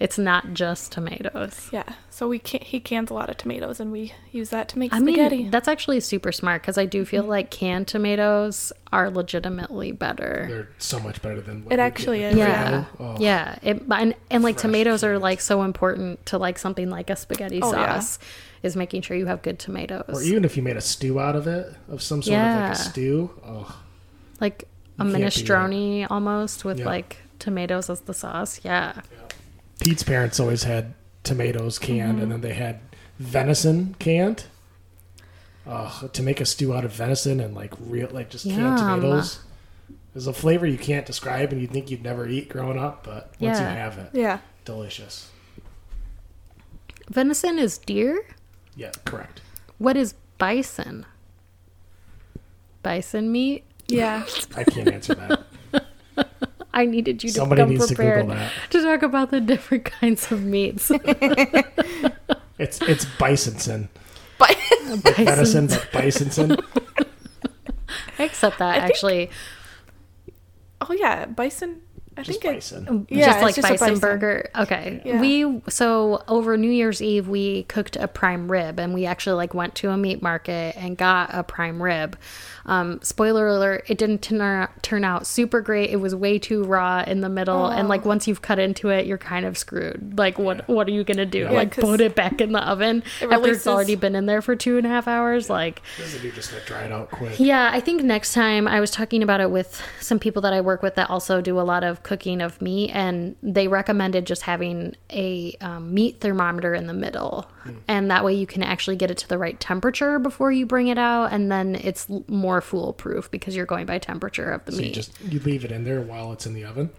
[SPEAKER 1] It's not just tomatoes.
[SPEAKER 2] Yeah. So we can he cans a lot of tomatoes and we use that to make
[SPEAKER 1] I
[SPEAKER 2] spaghetti. Mm-hmm.
[SPEAKER 1] mean, that's actually super smart because I do feel like canned tomatoes are legitimately better.
[SPEAKER 3] They're so much better than. What
[SPEAKER 2] It
[SPEAKER 3] we
[SPEAKER 2] actually
[SPEAKER 3] get.
[SPEAKER 2] is,
[SPEAKER 1] Yeah,
[SPEAKER 3] Oh.
[SPEAKER 1] yeah, it, and, and like
[SPEAKER 3] Fresh
[SPEAKER 1] tomatoes are
[SPEAKER 3] tomatoes.
[SPEAKER 1] like so important to like something like a spaghetti
[SPEAKER 2] Oh, yeah.
[SPEAKER 1] sauce, is making sure you have good tomatoes.
[SPEAKER 3] Or even if you made a stew out of it, of some sort of
[SPEAKER 1] Yeah.
[SPEAKER 3] like a stew. Oh,
[SPEAKER 1] like a
[SPEAKER 3] You can't beat
[SPEAKER 1] minestrone almost with
[SPEAKER 3] Yeah.
[SPEAKER 1] like tomatoes as the sauce. Yeah.
[SPEAKER 3] Pete's parents always had tomatoes canned,
[SPEAKER 2] Mm-hmm.
[SPEAKER 3] and then they had venison canned. Oh, to make a stew out of venison and like real, like just
[SPEAKER 1] Yum.
[SPEAKER 3] canned tomatoes. There's a flavor you can't describe, and you'd think you'd never eat growing up, but once
[SPEAKER 1] Yeah.
[SPEAKER 3] you have it,
[SPEAKER 2] yeah.
[SPEAKER 3] delicious.
[SPEAKER 1] Venison is deer.
[SPEAKER 3] Yeah, correct.
[SPEAKER 1] What is bison? Bison meat?
[SPEAKER 2] Yeah.
[SPEAKER 3] I can't answer that.
[SPEAKER 1] I needed you to
[SPEAKER 3] Somebody
[SPEAKER 1] come
[SPEAKER 3] needs to Google
[SPEAKER 1] prepared
[SPEAKER 3] that.
[SPEAKER 1] to talk about the different kinds of meats.
[SPEAKER 3] It's it's bisonson,
[SPEAKER 2] but
[SPEAKER 1] Bison.
[SPEAKER 3] venison, but bisonson.
[SPEAKER 1] I accept that
[SPEAKER 2] think-
[SPEAKER 1] actually.
[SPEAKER 2] oh yeah, bison I
[SPEAKER 3] Just
[SPEAKER 2] think
[SPEAKER 3] bison.
[SPEAKER 1] Mm,
[SPEAKER 2] Yeah,
[SPEAKER 1] just
[SPEAKER 2] it's
[SPEAKER 1] like
[SPEAKER 2] just a
[SPEAKER 1] bison,
[SPEAKER 2] bison.
[SPEAKER 1] burger. Okay.
[SPEAKER 2] Yeah.
[SPEAKER 1] We so over New Year's Eve we cooked a prime rib and we actually like went to a meat market and got a prime rib. Um, spoiler alert, it didn't turn out, turn out super great. It was way too raw in the middle and like once you've cut into it, you're kind of screwed. Like what what are you going to do? like
[SPEAKER 2] 'cause
[SPEAKER 1] put it back in the oven after it's
[SPEAKER 2] releases-
[SPEAKER 1] already been in there for two and a half hours like
[SPEAKER 3] Doesn't do just get dried out quick.
[SPEAKER 1] yeah, I think next time I was talking about it with some people that I work with that also do a lot of cooking of meat, and they recommended just having a um, meat thermometer in the middle,
[SPEAKER 3] Hmm.
[SPEAKER 1] and that way you can actually get it to the right temperature before you bring it out, and then it's l- more foolproof because you're going by temperature of the
[SPEAKER 3] So you
[SPEAKER 1] meat.
[SPEAKER 3] just you leave it in there while it's in the oven.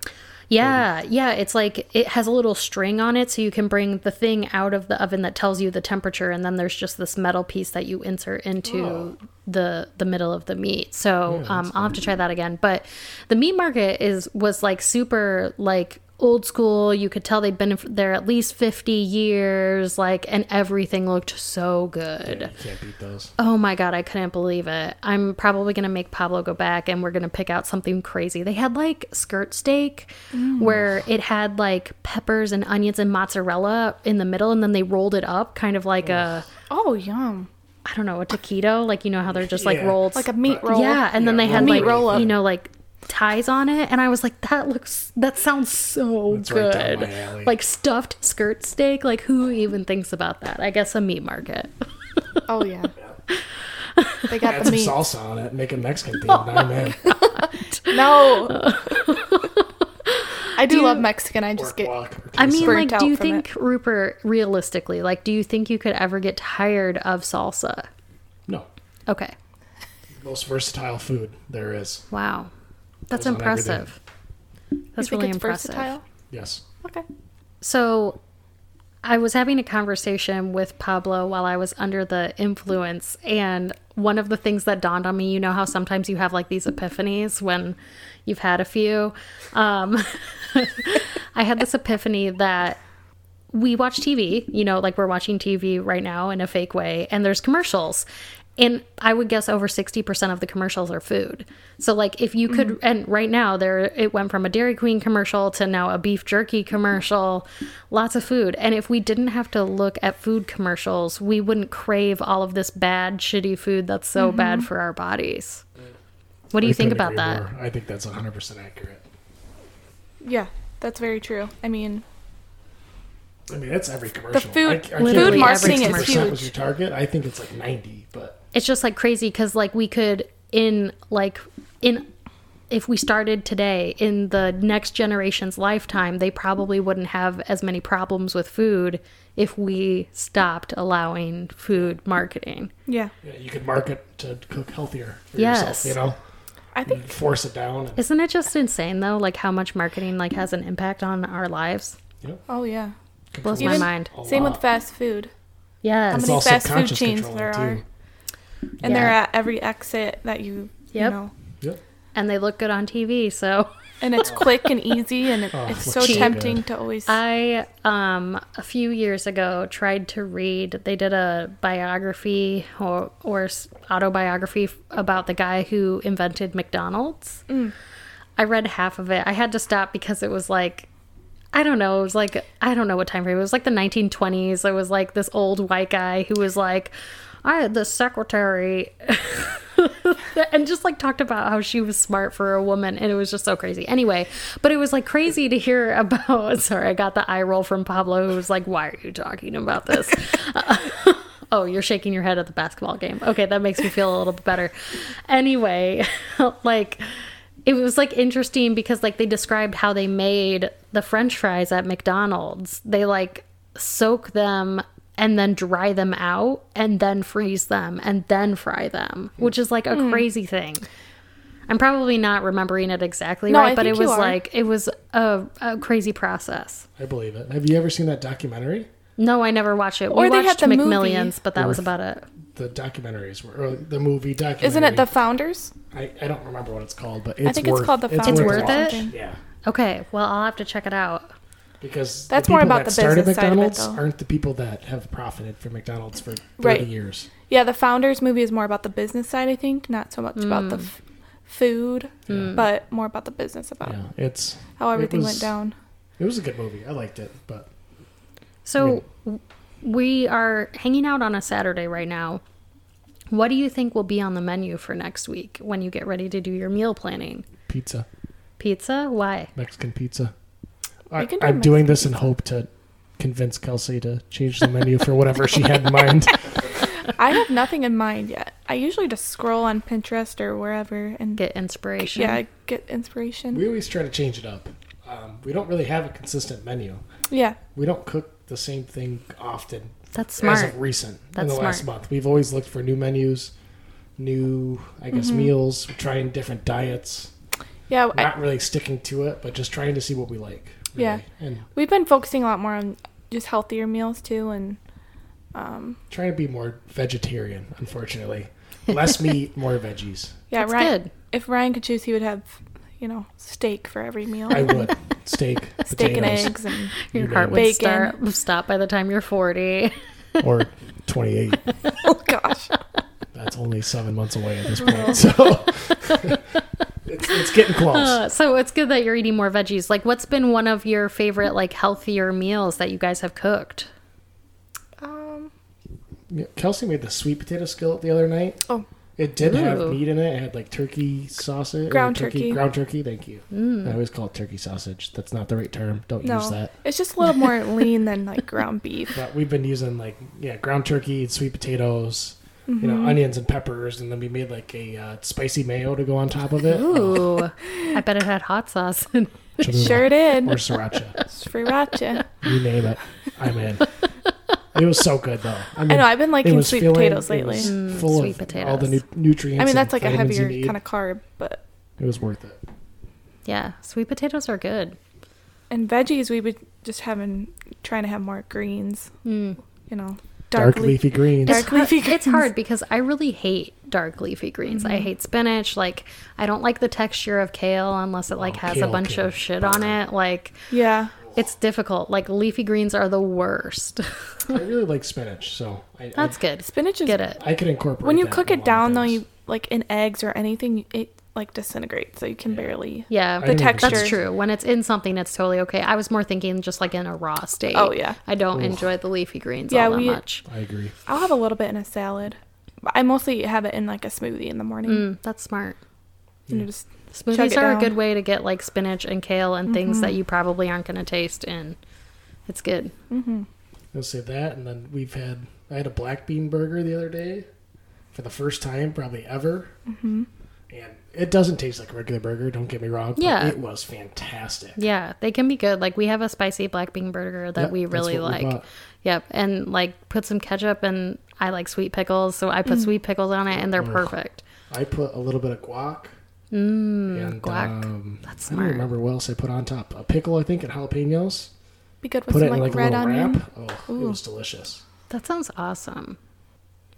[SPEAKER 1] Yeah, yeah. It's like it has a little string on it, so you can bring the thing out of the oven that tells you the temperature, and then there's just this metal piece that you insert into the the middle of the meat. So um, I'll have to try that again. But the meat market is was like super like old school. You could tell they've been in- there at least fifty years, like, and everything looked so good.
[SPEAKER 3] You can't beat those.
[SPEAKER 1] Oh my god, I couldn't believe it. I'm probably gonna make Pablo go back and we're gonna pick out something crazy. They had like skirt steak
[SPEAKER 3] Mm.
[SPEAKER 1] where it had like peppers and onions and mozzarella in the middle and then they rolled it up kind of like a
[SPEAKER 2] oh yum.
[SPEAKER 1] I don't know, a taquito. Like you know how they're just like
[SPEAKER 3] Yeah.
[SPEAKER 1] rolled
[SPEAKER 2] Like a meat roll.
[SPEAKER 1] Yeah, and then
[SPEAKER 3] Yeah,
[SPEAKER 1] they had
[SPEAKER 3] roll
[SPEAKER 1] like
[SPEAKER 3] it. Roll
[SPEAKER 2] up.
[SPEAKER 1] you know like ties on it and I was like that looks that sounds so
[SPEAKER 3] That's right down
[SPEAKER 1] good.
[SPEAKER 3] my alley.
[SPEAKER 1] like stuffed skirt steak, like who even thinks about that? I guess a meat market.
[SPEAKER 2] Oh yeah. They got
[SPEAKER 3] Add
[SPEAKER 2] the
[SPEAKER 3] some
[SPEAKER 2] meat.
[SPEAKER 3] salsa on it, make a Mexican thing. and I'm in.
[SPEAKER 2] No. I do,
[SPEAKER 1] you-
[SPEAKER 2] love Mexican. I
[SPEAKER 3] Or
[SPEAKER 2] just get
[SPEAKER 3] guac or
[SPEAKER 1] I mean,
[SPEAKER 3] queso.
[SPEAKER 2] burnt
[SPEAKER 1] like, do
[SPEAKER 2] out
[SPEAKER 1] you
[SPEAKER 2] from
[SPEAKER 1] think Rupert realistically, like, do you think you could ever get tired of salsa?
[SPEAKER 3] no,
[SPEAKER 1] Okay,
[SPEAKER 3] most versatile food there is.
[SPEAKER 1] wow, that's
[SPEAKER 3] Goes on everything.
[SPEAKER 1] impressive. That's
[SPEAKER 2] you think
[SPEAKER 1] really
[SPEAKER 2] it's
[SPEAKER 1] impressive.
[SPEAKER 2] versatile.
[SPEAKER 3] Yes,
[SPEAKER 2] Okay.
[SPEAKER 1] So, I was having a conversation with Pablo while I was under the influence, and one of the things that dawned on me, you know how sometimes you have like these epiphanies when you've had a few. Um, I had this epiphany that we watch TV, you know, like we're watching TV right now in a fake way, and there's commercials. And I would guess over 60% of the commercials are food. So, like, if you could, and right now there, it went from a Dairy Queen commercial to now a beef jerky commercial, lots of food. And if we didn't have to look at food commercials, we wouldn't crave all of this bad, shitty food that's so bad for our bodies. What do you
[SPEAKER 3] I
[SPEAKER 1] think
[SPEAKER 3] couldn't
[SPEAKER 1] about
[SPEAKER 3] agree
[SPEAKER 1] that?
[SPEAKER 3] more. I think that's 100 percent accurate.
[SPEAKER 2] Yeah, that's very true. I mean,
[SPEAKER 3] I mean, that's every commercial.
[SPEAKER 2] food-
[SPEAKER 3] I, I can't
[SPEAKER 1] Literally
[SPEAKER 3] believe
[SPEAKER 1] food marketing is
[SPEAKER 3] 60% Was your
[SPEAKER 2] huge.
[SPEAKER 3] target? I think it's like 90, but
[SPEAKER 1] it's just like crazy because like we could in like in if we started today in the next generation's lifetime they probably wouldn't have as many problems with food if we stopped allowing food marketing
[SPEAKER 2] yeah.
[SPEAKER 3] you, know, you could market to cook healthier for
[SPEAKER 1] Yes.
[SPEAKER 3] yourself. You know,
[SPEAKER 2] I think
[SPEAKER 3] You'd force it down. And,
[SPEAKER 1] isn't it just insane though like how much marketing like has an impact on our lives
[SPEAKER 3] you know,
[SPEAKER 2] oh yeah.
[SPEAKER 1] blows
[SPEAKER 3] control
[SPEAKER 1] my
[SPEAKER 2] Even-
[SPEAKER 1] mind
[SPEAKER 3] a
[SPEAKER 2] Same with
[SPEAKER 3] lot.
[SPEAKER 2] fast food.
[SPEAKER 1] yes
[SPEAKER 3] It's
[SPEAKER 2] many
[SPEAKER 3] all
[SPEAKER 2] fast food
[SPEAKER 3] subconscious
[SPEAKER 2] chains
[SPEAKER 3] controlling,
[SPEAKER 2] there are.
[SPEAKER 3] too.
[SPEAKER 2] And
[SPEAKER 1] Yeah.
[SPEAKER 2] they're at every exit that you,
[SPEAKER 1] Yep.
[SPEAKER 2] you know.
[SPEAKER 3] Yep.
[SPEAKER 1] and they look good on tv so
[SPEAKER 2] And it's quick and easy and it,
[SPEAKER 3] Oh,
[SPEAKER 2] it's
[SPEAKER 3] looks
[SPEAKER 2] so
[SPEAKER 3] so good.
[SPEAKER 2] tempting to always
[SPEAKER 1] I um a few years ago tried to read. They did a biography or or s- autobiography f- about the guy who invented McDonald's. I read half of it. I had to stop because it was like I don't know. It was like I don't know what time frame. It was like the 1920s. It was like this old white guy who was like, I had this secretary, and just like talked about how she was smart for a woman, and it was just so crazy. Anyway, but it was like crazy to hear about. Sorry, I got the eye roll from Pablo, who was like, "Why are you talking about this?" Oh, you're shaking your head at the basketball game. Okay, that makes me feel a little bit better. Anyway, like it was like interesting because like they described how they made the french fries at McDonald's. They like soak them and then dry them out and then freeze them and then fry them,
[SPEAKER 2] Hmm.
[SPEAKER 1] which is like a crazy thing. I'm probably not remembering it exactly
[SPEAKER 2] No,
[SPEAKER 1] right,
[SPEAKER 2] I
[SPEAKER 1] but it
[SPEAKER 2] think you
[SPEAKER 1] was
[SPEAKER 2] are.
[SPEAKER 1] like it was a, a crazy process.
[SPEAKER 3] I believe it. Have you ever seen that documentary?
[SPEAKER 1] No, I never watched it. we
[SPEAKER 2] Or they had
[SPEAKER 1] watched
[SPEAKER 2] the movie.
[SPEAKER 1] McMillions, but that was about it.
[SPEAKER 3] The documentaries were or the movie documentary.
[SPEAKER 2] Isn't it the founders?
[SPEAKER 3] I, I don't remember what it's called, but it's
[SPEAKER 2] think it's
[SPEAKER 3] worth,
[SPEAKER 2] called The Founders
[SPEAKER 1] It's worth it?
[SPEAKER 3] watching. Yeah,
[SPEAKER 1] Okay, well, I'll have to check it out.
[SPEAKER 3] because
[SPEAKER 2] That's
[SPEAKER 3] the
[SPEAKER 2] more
[SPEAKER 3] people
[SPEAKER 2] about
[SPEAKER 3] that
[SPEAKER 2] the
[SPEAKER 3] started
[SPEAKER 2] business side of it,
[SPEAKER 3] McDonald's
[SPEAKER 2] though.
[SPEAKER 3] aren't the people that have profited from McDonald's for thirty
[SPEAKER 2] Right.
[SPEAKER 3] years.
[SPEAKER 2] Yeah, the founders movie is more about the business side, I think, not so much about
[SPEAKER 1] Hmm.
[SPEAKER 2] the f- food, but more about the business about
[SPEAKER 3] Yeah, it's
[SPEAKER 2] how
[SPEAKER 3] it
[SPEAKER 2] everything
[SPEAKER 3] was-
[SPEAKER 2] went down.
[SPEAKER 3] It was a good movie. I liked it, but
[SPEAKER 1] So w- we are hanging out on a Saturday right now. What do you think will be on the menu for next week when you get ready to do your meal planning?
[SPEAKER 3] pizza,
[SPEAKER 1] Pizza? Why?
[SPEAKER 3] Mexican pizza. I,
[SPEAKER 2] can do
[SPEAKER 3] I'm doing this in hope to convince Kelsey to change the menu for whatever she had in mind.
[SPEAKER 2] I have nothing in mind yet. I usually just scroll on Pinterest or wherever and
[SPEAKER 1] Get inspiration.
[SPEAKER 2] yeah, I get inspiration.
[SPEAKER 3] We always try to change it up. Um, we don't really have a consistent menu.
[SPEAKER 2] yeah,
[SPEAKER 3] We don't cook the same thing often.
[SPEAKER 1] That's
[SPEAKER 3] As
[SPEAKER 1] smart.
[SPEAKER 3] of recent, in
[SPEAKER 1] That's
[SPEAKER 3] the last
[SPEAKER 1] smart.
[SPEAKER 3] month, we've always looked for new menus, new I guess meals, trying different diets.
[SPEAKER 2] yeah. I,
[SPEAKER 3] Not really sticking to it, but just trying to see what we like. really.
[SPEAKER 2] Yeah.
[SPEAKER 3] and
[SPEAKER 2] we've been focusing a lot more on just healthier meals too, and um,
[SPEAKER 3] trying to be more vegetarian. Unfortunately, less meat, more veggies.
[SPEAKER 2] yeah,
[SPEAKER 1] That's
[SPEAKER 2] Ryan.
[SPEAKER 1] good.
[SPEAKER 2] If Ryan could choose, he would have, you know, steak for every meal,
[SPEAKER 3] I would steak,
[SPEAKER 2] steak and
[SPEAKER 3] potatoes,
[SPEAKER 2] eggs, and
[SPEAKER 1] Your
[SPEAKER 3] you
[SPEAKER 1] heart
[SPEAKER 3] name
[SPEAKER 1] would
[SPEAKER 2] Bacon.
[SPEAKER 1] start, stop by the time you're 40.
[SPEAKER 3] or twenty-eight.
[SPEAKER 2] oh gosh,
[SPEAKER 3] That's only seven months away at this point, so it's, it's getting close.
[SPEAKER 1] Uh, so it's good that you're eating more veggies. Like, what's been one of your favorite, like, healthier meals that you guys have cooked?
[SPEAKER 2] um,
[SPEAKER 3] Yeah, Kelsey made the sweet potato skillet the other night.
[SPEAKER 2] Oh.
[SPEAKER 3] It did
[SPEAKER 1] Ooh.
[SPEAKER 3] have meat in it. It had like turkey sausage. or
[SPEAKER 2] Ground turkey. Mm.
[SPEAKER 3] Ground turkey, thank you. I always call it turkey sausage. That's not the right term. Don't use
[SPEAKER 2] no,
[SPEAKER 3] that.
[SPEAKER 2] it's just a little more lean than like ground beef.
[SPEAKER 3] But we've been using like, yeah, ground turkey and sweet potatoes, you
[SPEAKER 2] Mm-hmm.
[SPEAKER 3] know, onions and peppers. And then we made like a uh, spicy mayo to go on top of it.
[SPEAKER 1] Ooh, I bet it had hot sauce. in it.
[SPEAKER 3] Cholula
[SPEAKER 2] Sure did.
[SPEAKER 3] Or sriracha.
[SPEAKER 2] It's Sriracha.
[SPEAKER 3] you name it. I'm in. It was so good though. I, mean,
[SPEAKER 2] I know. I've been liking sweet potatoes
[SPEAKER 3] it
[SPEAKER 2] lately.
[SPEAKER 3] was
[SPEAKER 1] Mm,
[SPEAKER 3] full
[SPEAKER 1] sweet
[SPEAKER 3] of all the
[SPEAKER 1] potatoes.
[SPEAKER 3] nu- nutrients.
[SPEAKER 2] I mean,
[SPEAKER 3] and
[SPEAKER 2] that's like a
[SPEAKER 3] vitamins you
[SPEAKER 2] heavier
[SPEAKER 3] need.
[SPEAKER 2] kind of carb, but
[SPEAKER 3] It was worth it.
[SPEAKER 1] yeah, sweet potatoes are good.
[SPEAKER 2] and veggies we would just having trying to have more greens.
[SPEAKER 1] Mm.
[SPEAKER 2] You know,
[SPEAKER 3] Dark,
[SPEAKER 2] leaf-
[SPEAKER 3] leafy greens.
[SPEAKER 2] dark
[SPEAKER 1] It's hard,
[SPEAKER 2] leafy
[SPEAKER 1] it's hard because I really hate dark leafy greens.
[SPEAKER 2] Mm-hmm.
[SPEAKER 1] I hate spinach. Like I don't like the texture of kale unless it like
[SPEAKER 3] Oh,
[SPEAKER 1] has a
[SPEAKER 3] kale,
[SPEAKER 1] bunch
[SPEAKER 3] kale.
[SPEAKER 1] of shit on it. Like
[SPEAKER 2] Yeah,
[SPEAKER 1] it's difficult. Like leafy greens are the worst.
[SPEAKER 3] I really like spinach, so I,
[SPEAKER 1] That's good.
[SPEAKER 2] spinach is
[SPEAKER 1] Get it.
[SPEAKER 3] I, I could incorporate.
[SPEAKER 2] when you
[SPEAKER 3] that
[SPEAKER 2] cook
[SPEAKER 3] in a lot
[SPEAKER 2] it
[SPEAKER 3] of
[SPEAKER 2] down though.
[SPEAKER 3] things.
[SPEAKER 2] You like in eggs or anything, you- it like disintegrates, so you can barely.
[SPEAKER 1] Yeah,
[SPEAKER 3] I didn't even
[SPEAKER 2] texture.
[SPEAKER 1] That's true. When it's in something, it's totally okay. I was more thinking just like in a raw state.
[SPEAKER 2] Oh, yeah.
[SPEAKER 1] I don't enjoy the leafy greens
[SPEAKER 2] Yeah,
[SPEAKER 1] all that
[SPEAKER 2] we-
[SPEAKER 1] much.
[SPEAKER 3] I agree.
[SPEAKER 2] I'll have a little bit in a salad. But I mostly have it in like a smoothie in the morning.
[SPEAKER 1] Mm, that's smart.
[SPEAKER 2] You know, just Chug
[SPEAKER 1] Smoothies
[SPEAKER 2] it
[SPEAKER 1] are a
[SPEAKER 2] down. Mm-hmm.
[SPEAKER 1] good way to get like spinach and kale and things that you probably aren't going to taste in. It's good.
[SPEAKER 3] I'll say that, and then we've had. I had a black bean burger the other day, for the first time probably ever, mm-hmm. and it doesn't taste like a regular burger. Don't get me wrong. but
[SPEAKER 1] Yeah.
[SPEAKER 3] it was fantastic.
[SPEAKER 1] Yeah, they can be good. Like we have a spicy black bean burger that
[SPEAKER 3] Yep,
[SPEAKER 1] we
[SPEAKER 3] that's
[SPEAKER 1] really
[SPEAKER 3] what we
[SPEAKER 1] like.
[SPEAKER 3] bought.
[SPEAKER 1] yep, and like put some ketchup and I like sweet pickles, so I put sweet pickles on it and they're perfect.
[SPEAKER 3] I put a little bit of guac. Mm, and,
[SPEAKER 1] guac.
[SPEAKER 3] Um,
[SPEAKER 1] That's
[SPEAKER 3] I
[SPEAKER 1] smart.
[SPEAKER 3] don't remember what else I put on top. A pickle, I think, and jalapenos.
[SPEAKER 2] be good with
[SPEAKER 3] Put it
[SPEAKER 2] some
[SPEAKER 3] in like
[SPEAKER 2] like,
[SPEAKER 3] a
[SPEAKER 2] red
[SPEAKER 3] little
[SPEAKER 2] onion.
[SPEAKER 3] wrap. Oh, it was delicious.
[SPEAKER 1] That sounds awesome.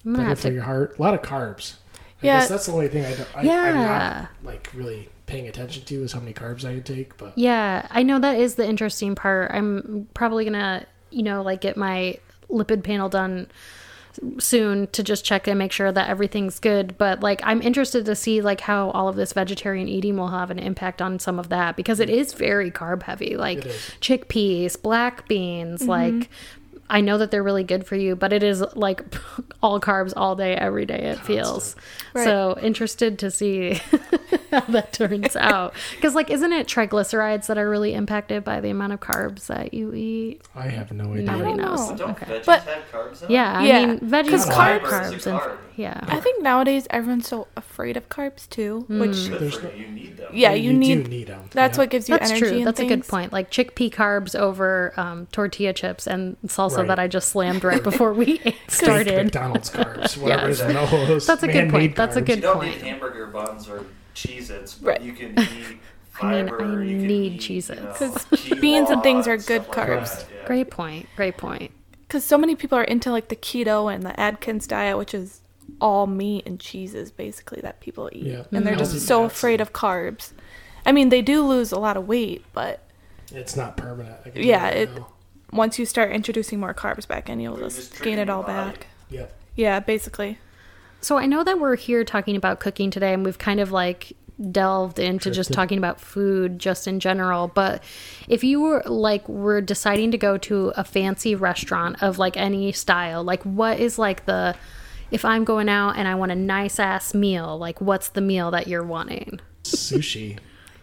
[SPEAKER 1] I'm gonna
[SPEAKER 3] Better
[SPEAKER 1] have
[SPEAKER 3] for
[SPEAKER 1] to.
[SPEAKER 3] your heart. A lot of carbs. I
[SPEAKER 2] Yeah.
[SPEAKER 3] guess that's the only thing I don't, I,
[SPEAKER 1] Yeah.
[SPEAKER 3] I'm not like really paying attention to is how many carbs I take. But
[SPEAKER 1] Yeah, I know that is the interesting part. I'm probably gonna, you know, like get my lipid panel done soon to just check and make sure that everything's good. But like, I'm interested to see like how all of this vegetarian eating will have an impact on some of that because it is very carb heavy, like
[SPEAKER 3] is.
[SPEAKER 1] chickpeas, black beans,
[SPEAKER 2] Mm-hmm.
[SPEAKER 1] like. I know that they're really good for you, but it is like all carbs all day, every day. It feels
[SPEAKER 2] Right.
[SPEAKER 1] so interested to see how that turns out. Because like, isn't it triglycerides that are really impacted by the amount of carbs that you eat?
[SPEAKER 3] I have no idea.
[SPEAKER 1] Nobody
[SPEAKER 2] don't
[SPEAKER 1] knows.
[SPEAKER 2] know.
[SPEAKER 4] Don't veggies
[SPEAKER 2] But-
[SPEAKER 4] have carbs? in 'em?
[SPEAKER 1] Yeah, I
[SPEAKER 2] Yeah,
[SPEAKER 1] mean, veggies
[SPEAKER 2] 'cause
[SPEAKER 1] are
[SPEAKER 4] carbs- It's
[SPEAKER 1] carbs.
[SPEAKER 4] a
[SPEAKER 1] And,
[SPEAKER 4] carb.
[SPEAKER 1] yeah.
[SPEAKER 2] I think nowadays everyone's so afraid of carbs too,
[SPEAKER 1] Mm.
[SPEAKER 2] which
[SPEAKER 4] Good
[SPEAKER 3] Mm. There's
[SPEAKER 4] for
[SPEAKER 3] no-
[SPEAKER 4] you. You need them.
[SPEAKER 2] yeah, you, need,
[SPEAKER 3] do need them.
[SPEAKER 2] that's what gives you
[SPEAKER 1] That's
[SPEAKER 2] energy.
[SPEAKER 1] true.
[SPEAKER 2] and
[SPEAKER 1] That's a good
[SPEAKER 2] things.
[SPEAKER 1] point. Like chickpea carbs over um, tortilla chips and salsa
[SPEAKER 3] Right.
[SPEAKER 1] that I just slammed right before we started.
[SPEAKER 3] McDonald's carbs, whatever
[SPEAKER 1] Yes.
[SPEAKER 3] it is. No, those
[SPEAKER 1] That's a good
[SPEAKER 3] man-made
[SPEAKER 1] point. That's a
[SPEAKER 3] carbs.
[SPEAKER 1] good
[SPEAKER 4] You don't
[SPEAKER 1] point.
[SPEAKER 4] need hamburger buns or Cheez Its, but
[SPEAKER 2] Right.
[SPEAKER 4] you can eat
[SPEAKER 1] I mean,
[SPEAKER 4] fiber.
[SPEAKER 1] I
[SPEAKER 4] you can
[SPEAKER 1] need
[SPEAKER 4] eat,
[SPEAKER 1] Cheez-Its.
[SPEAKER 4] you know,
[SPEAKER 2] 'Cause
[SPEAKER 4] quinoa
[SPEAKER 2] beans and things are good
[SPEAKER 4] stuff like
[SPEAKER 2] carbs.
[SPEAKER 4] that, yeah.
[SPEAKER 1] Great point. Great point.
[SPEAKER 2] because so many people are into like the keto and the Atkins diet, which is all meat and cheeses basically that people eat,
[SPEAKER 3] Yeah.
[SPEAKER 2] and they're
[SPEAKER 3] Mhm.
[SPEAKER 1] Mm-hmm.
[SPEAKER 2] just so afraid of carbs. I mean, they do lose a lot of weight, but
[SPEAKER 3] It's not permanent. I can
[SPEAKER 2] Yeah,
[SPEAKER 3] tell you
[SPEAKER 2] it-
[SPEAKER 3] now.
[SPEAKER 2] once you start introducing more carbs back in, you'll
[SPEAKER 4] Well, you
[SPEAKER 2] just,
[SPEAKER 4] just
[SPEAKER 2] gain
[SPEAKER 4] train
[SPEAKER 2] it
[SPEAKER 4] your
[SPEAKER 2] all
[SPEAKER 4] body.
[SPEAKER 2] back.
[SPEAKER 3] Yep.
[SPEAKER 2] Yeah, basically.
[SPEAKER 1] So I know that we're here talking about cooking today, and we've kind of like delved into just
[SPEAKER 3] Drifted.
[SPEAKER 1] talking about food just in general. But if you were like were deciding to go to a fancy restaurant of like any style, like what is like the if I'm going out and I want a nice ass meal, like what's the meal that you're wanting?
[SPEAKER 3] Sushi.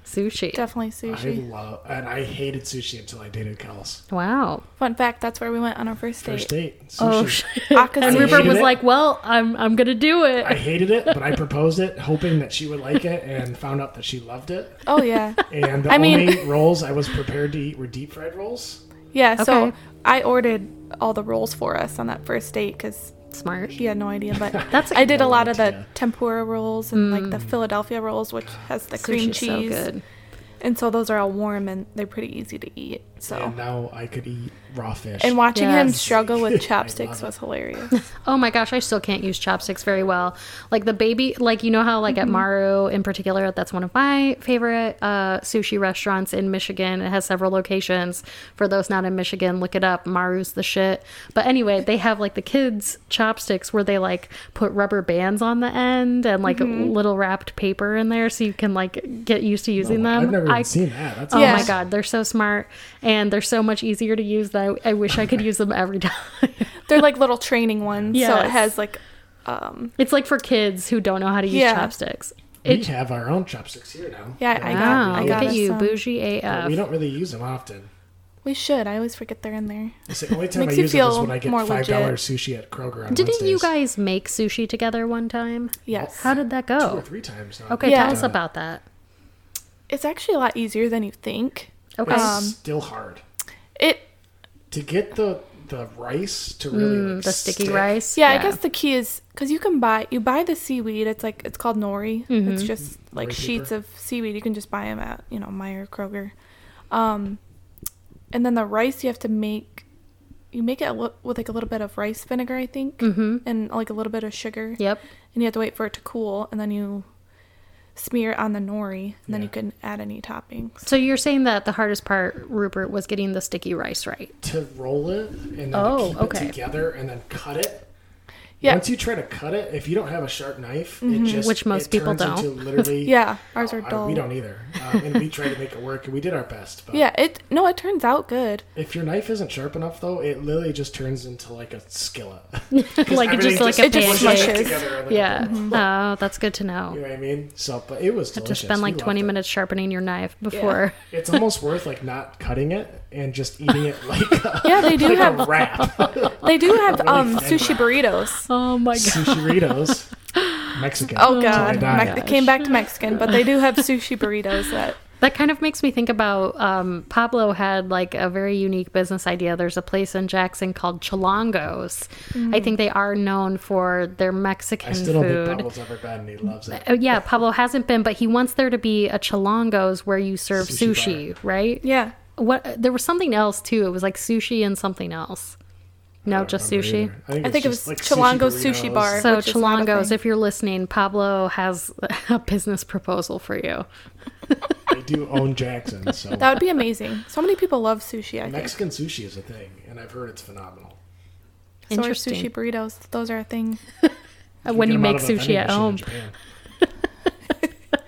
[SPEAKER 1] Sushi.
[SPEAKER 2] Definitely
[SPEAKER 3] I
[SPEAKER 2] sushi.
[SPEAKER 3] love, and I hated sushi until I dated Kels.
[SPEAKER 1] wow.
[SPEAKER 2] Fun fact, that's where we went on our first date.
[SPEAKER 3] First date, sushi.
[SPEAKER 1] Oh shit.
[SPEAKER 2] Aka's
[SPEAKER 1] And
[SPEAKER 2] sushi.
[SPEAKER 1] Rupert was
[SPEAKER 3] Hated it.
[SPEAKER 1] like, "Well, I'm I'm gonna do it."
[SPEAKER 3] I hated it, but I proposed it, hoping that she would like it, and found out that she loved it.
[SPEAKER 2] Oh yeah.
[SPEAKER 3] And the
[SPEAKER 2] I mean-
[SPEAKER 3] only rolls I was prepared to eat were deep fried rolls.
[SPEAKER 2] Yeah, so
[SPEAKER 1] Okay.
[SPEAKER 2] I ordered all the rolls for us on that first date cuz
[SPEAKER 1] Smart.
[SPEAKER 2] he had no idea, but
[SPEAKER 1] That's
[SPEAKER 2] I did a
[SPEAKER 3] No
[SPEAKER 2] lot of the
[SPEAKER 3] idea.
[SPEAKER 2] tempura rolls and like the Philadelphia rolls which has the cream
[SPEAKER 1] Sushi's
[SPEAKER 2] cheese.
[SPEAKER 1] Mm. so good.
[SPEAKER 2] And so those are all warm and they're pretty easy to eat. So
[SPEAKER 3] And now I could eat raw fish.
[SPEAKER 2] and watching him
[SPEAKER 1] Yes.
[SPEAKER 2] struggle
[SPEAKER 3] I
[SPEAKER 2] with
[SPEAKER 3] love
[SPEAKER 2] chopsticks
[SPEAKER 3] it.
[SPEAKER 2] was hilarious.
[SPEAKER 1] Oh my gosh, I still can't use chopsticks very well. Like the baby, like you know how like at Maru in particular, that's one of my favorite uh, sushi restaurants in Michigan. It has several locations. For those not in Michigan, look it up. Maru's the shit. But anyway, they have like the kids chopsticks where they like put rubber bands on the end and like little wrapped paper in there so you can like get used to using them.
[SPEAKER 3] I've never even
[SPEAKER 1] I-
[SPEAKER 3] seen that. That's
[SPEAKER 1] Oh
[SPEAKER 2] Yeah.
[SPEAKER 1] my god, they're so smart and they're so much easier to use that I, I wish I could use them every time.
[SPEAKER 2] they're like little training ones, so it
[SPEAKER 1] Yes.
[SPEAKER 2] has like um
[SPEAKER 1] It's like for kids who don't know how to use
[SPEAKER 2] Yeah.
[SPEAKER 1] chopsticks.
[SPEAKER 3] we
[SPEAKER 1] It,
[SPEAKER 3] have our own chopsticks here now.
[SPEAKER 2] yeah, I
[SPEAKER 1] wow,
[SPEAKER 2] got I
[SPEAKER 1] look
[SPEAKER 2] got
[SPEAKER 1] at
[SPEAKER 2] us
[SPEAKER 1] you,
[SPEAKER 2] some.
[SPEAKER 1] bougie AF.
[SPEAKER 3] But we don't really use them often.
[SPEAKER 2] We should. I always forget they're in there.
[SPEAKER 3] It's the only time I
[SPEAKER 2] Makes you
[SPEAKER 3] use them is
[SPEAKER 2] feel
[SPEAKER 3] when I get
[SPEAKER 2] more
[SPEAKER 3] five
[SPEAKER 2] legit.
[SPEAKER 3] dollars sushi at Kroger on
[SPEAKER 1] Didn't you
[SPEAKER 3] Wednesdays.
[SPEAKER 1] guys make sushi together one time?
[SPEAKER 2] Yes.
[SPEAKER 1] How did that
[SPEAKER 3] two or
[SPEAKER 1] go?
[SPEAKER 3] three times? Now.
[SPEAKER 1] Okay,
[SPEAKER 2] Yeah.
[SPEAKER 1] tell us about that.
[SPEAKER 2] It's actually a lot easier than you think.
[SPEAKER 1] Okay.
[SPEAKER 3] It's
[SPEAKER 2] Um,
[SPEAKER 3] still hard
[SPEAKER 2] It
[SPEAKER 3] to get the the rice to really like,
[SPEAKER 1] Mm, the sticky
[SPEAKER 3] stick.
[SPEAKER 1] rice.
[SPEAKER 2] yeah, I guess the key is cuz you can buy you buy the seaweed. It's like it's called nori. It's just like
[SPEAKER 3] Nori paper.
[SPEAKER 2] sheets of seaweed. You can just buy them at, you know, Meyer Kroger. Um and then the rice you have to make you make it a li- with like a little bit of rice vinegar, I think,
[SPEAKER 1] Mm-hmm.
[SPEAKER 2] and like a little bit of sugar.
[SPEAKER 1] Yep.
[SPEAKER 2] and you have to wait for it to cool and then you smear it on the nori and then you
[SPEAKER 3] Yeah.
[SPEAKER 2] can add any toppings
[SPEAKER 1] So you're saying that the hardest part, Rupert, was getting the sticky rice right.
[SPEAKER 3] to roll it and then to
[SPEAKER 1] Oh,
[SPEAKER 3] keep
[SPEAKER 1] okay.
[SPEAKER 3] it together and then cut it.
[SPEAKER 2] Yeah.
[SPEAKER 3] Once you try to cut it, if you don't have a sharp knife, it just
[SPEAKER 1] Mm-hmm. Which most
[SPEAKER 3] it
[SPEAKER 1] people
[SPEAKER 3] turns into
[SPEAKER 1] don't.
[SPEAKER 3] literally
[SPEAKER 2] yeah ours
[SPEAKER 3] I-
[SPEAKER 2] are dull
[SPEAKER 3] we don't either, um, and we tried to make it work, and we did our best. But
[SPEAKER 2] yeah it no it turns out good
[SPEAKER 3] if your knife isn't sharp enough, though, it literally just turns into like a skillet.
[SPEAKER 1] Like it just like a
[SPEAKER 2] It just
[SPEAKER 1] pancake.
[SPEAKER 2] smushes.
[SPEAKER 1] Yeah.
[SPEAKER 3] Mm-hmm.
[SPEAKER 1] Oh, that's good to know.
[SPEAKER 3] You know what I mean? So, but it was
[SPEAKER 1] to
[SPEAKER 3] delicious.
[SPEAKER 1] spend
[SPEAKER 3] We
[SPEAKER 1] like
[SPEAKER 3] loved
[SPEAKER 1] 20
[SPEAKER 3] it.
[SPEAKER 1] minutes sharpening your knife before.
[SPEAKER 3] It's almost worth like not cutting it and just eating it like a,
[SPEAKER 2] yeah they do
[SPEAKER 3] like a
[SPEAKER 2] have
[SPEAKER 3] wrap.
[SPEAKER 2] they do have um
[SPEAKER 3] thin
[SPEAKER 2] sushi burritos
[SPEAKER 1] Oh my god.
[SPEAKER 3] Sushiritos, Mexican.
[SPEAKER 1] Mm.
[SPEAKER 2] oh
[SPEAKER 3] till I
[SPEAKER 2] god
[SPEAKER 3] die.
[SPEAKER 2] Mex- it came back to mexican but they do have sushi burritos that
[SPEAKER 1] That kind of makes me think about um, Pablo had like a very unique business idea. There's a place in Jackson called Cholongos.
[SPEAKER 2] Mm.
[SPEAKER 1] I think they are known for their Mexican
[SPEAKER 3] I still don't
[SPEAKER 1] food.
[SPEAKER 3] think Pablo's ever been, and he loves it.
[SPEAKER 1] Uh, yeah, Pablo hasn't been, but he wants there to be a Cholongos where you serve
[SPEAKER 3] Sushi
[SPEAKER 1] sushi, right?
[SPEAKER 2] yeah
[SPEAKER 1] What there was something else too. It was like sushi and something else. No,
[SPEAKER 3] don't
[SPEAKER 1] just
[SPEAKER 3] remember
[SPEAKER 1] sushi.
[SPEAKER 3] either. I think,
[SPEAKER 2] I
[SPEAKER 3] it's
[SPEAKER 2] think it
[SPEAKER 3] just,
[SPEAKER 2] was
[SPEAKER 3] like
[SPEAKER 2] Chilango's sushi
[SPEAKER 3] burritos.
[SPEAKER 2] bar.
[SPEAKER 1] So
[SPEAKER 2] Which is not a
[SPEAKER 1] Cholongos,
[SPEAKER 2] thing.
[SPEAKER 1] if you're listening, Pablo has a business proposal for you.
[SPEAKER 3] They do own Jackson, so
[SPEAKER 2] that would be amazing so many people love sushi i think
[SPEAKER 3] Mexican sushi is a thing, and I've heard it's phenomenal.
[SPEAKER 2] So our
[SPEAKER 1] Interesting.
[SPEAKER 2] sushi burritos, those are a thing.
[SPEAKER 1] Uh, when
[SPEAKER 3] get
[SPEAKER 1] you
[SPEAKER 3] 'em out
[SPEAKER 1] make
[SPEAKER 3] of a
[SPEAKER 1] sushi
[SPEAKER 3] vending
[SPEAKER 1] at
[SPEAKER 3] machine in
[SPEAKER 1] home.
[SPEAKER 3] Japan.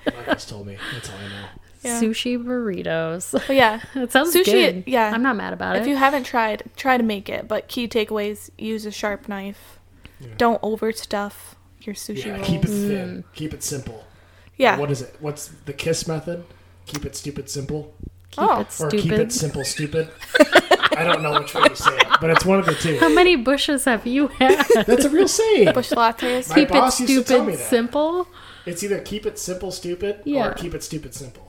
[SPEAKER 3] My guys told me. That's all I know.
[SPEAKER 2] Yeah.
[SPEAKER 1] Sushi burritos.
[SPEAKER 2] But yeah,
[SPEAKER 1] That sounds
[SPEAKER 2] Sushi,
[SPEAKER 1] good.
[SPEAKER 2] yeah.
[SPEAKER 1] I'm not mad about
[SPEAKER 2] if
[SPEAKER 1] it.
[SPEAKER 2] you haven't tried, try to make it. But key takeaways: use a sharp knife.
[SPEAKER 3] Yeah.
[SPEAKER 2] Don't overstuff your sushi
[SPEAKER 3] Yeah,
[SPEAKER 2] roll.
[SPEAKER 3] keep it
[SPEAKER 1] Mm.
[SPEAKER 3] thin. Keep it simple.
[SPEAKER 2] yeah,
[SPEAKER 3] What is it? What's the kiss method? Keep it stupid simple.
[SPEAKER 1] Keep
[SPEAKER 2] Oh.
[SPEAKER 1] it
[SPEAKER 3] Or keep
[SPEAKER 1] stupid.
[SPEAKER 3] it simple stupid. I don't know which way you say it, but it's one of the
[SPEAKER 1] How
[SPEAKER 3] two.
[SPEAKER 1] many bushes have you had?
[SPEAKER 3] That's a real saying.
[SPEAKER 2] bush lattes.
[SPEAKER 3] My
[SPEAKER 1] keep it
[SPEAKER 3] boss used to tell me
[SPEAKER 1] stupid
[SPEAKER 3] that.
[SPEAKER 1] simple.
[SPEAKER 3] It's either keep it simple stupid
[SPEAKER 1] Yeah.
[SPEAKER 3] or keep it stupid simple.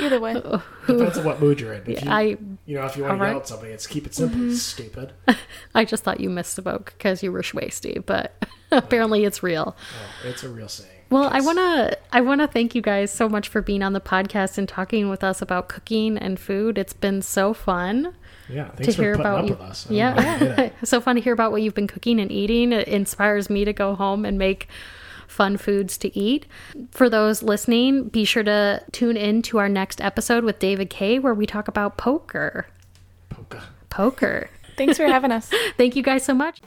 [SPEAKER 2] Either way,
[SPEAKER 3] Depends on what mood you're in. If you,
[SPEAKER 1] I
[SPEAKER 3] you know, if you want to
[SPEAKER 1] Alright.
[SPEAKER 3] yell at somebody, it's keep it simple,
[SPEAKER 1] Mm-hmm.
[SPEAKER 3] stupid. Oh,
[SPEAKER 1] I just thought you misspoke because you were schwasty, but apparently it's real.
[SPEAKER 3] Oh, it's a real saying.
[SPEAKER 1] Well, I
[SPEAKER 3] Kiss.
[SPEAKER 1] want to I want to thank you guys so much for being on the podcast and talking with us about cooking and food. It's been so fun
[SPEAKER 3] Yeah, thanks
[SPEAKER 1] to
[SPEAKER 3] for
[SPEAKER 1] hear
[SPEAKER 3] putting
[SPEAKER 1] about
[SPEAKER 3] up
[SPEAKER 1] you.
[SPEAKER 3] with us. I don't know how you did
[SPEAKER 1] Yeah.
[SPEAKER 3] it.
[SPEAKER 1] so fun to hear about what you've been cooking and eating. It inspires me to go home and make fun foods to eat. For those listening, be sure to tune in to our next episode with David Kay where we talk about poker.
[SPEAKER 3] Polka.
[SPEAKER 1] Poker.
[SPEAKER 2] thanks for having us.
[SPEAKER 1] Thank you guys so much.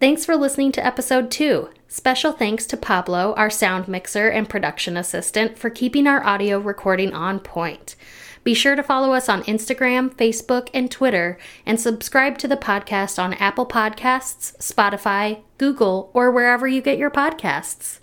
[SPEAKER 1] Thanks for listening to episode two. Special thanks to Pablo, our sound mixer and production assistant, for keeping our audio recording on point. Be sure to follow us on Instagram, Facebook, and Twitter, and subscribe to the podcast on Apple Podcasts, Spotify, Google, or wherever you get your podcasts.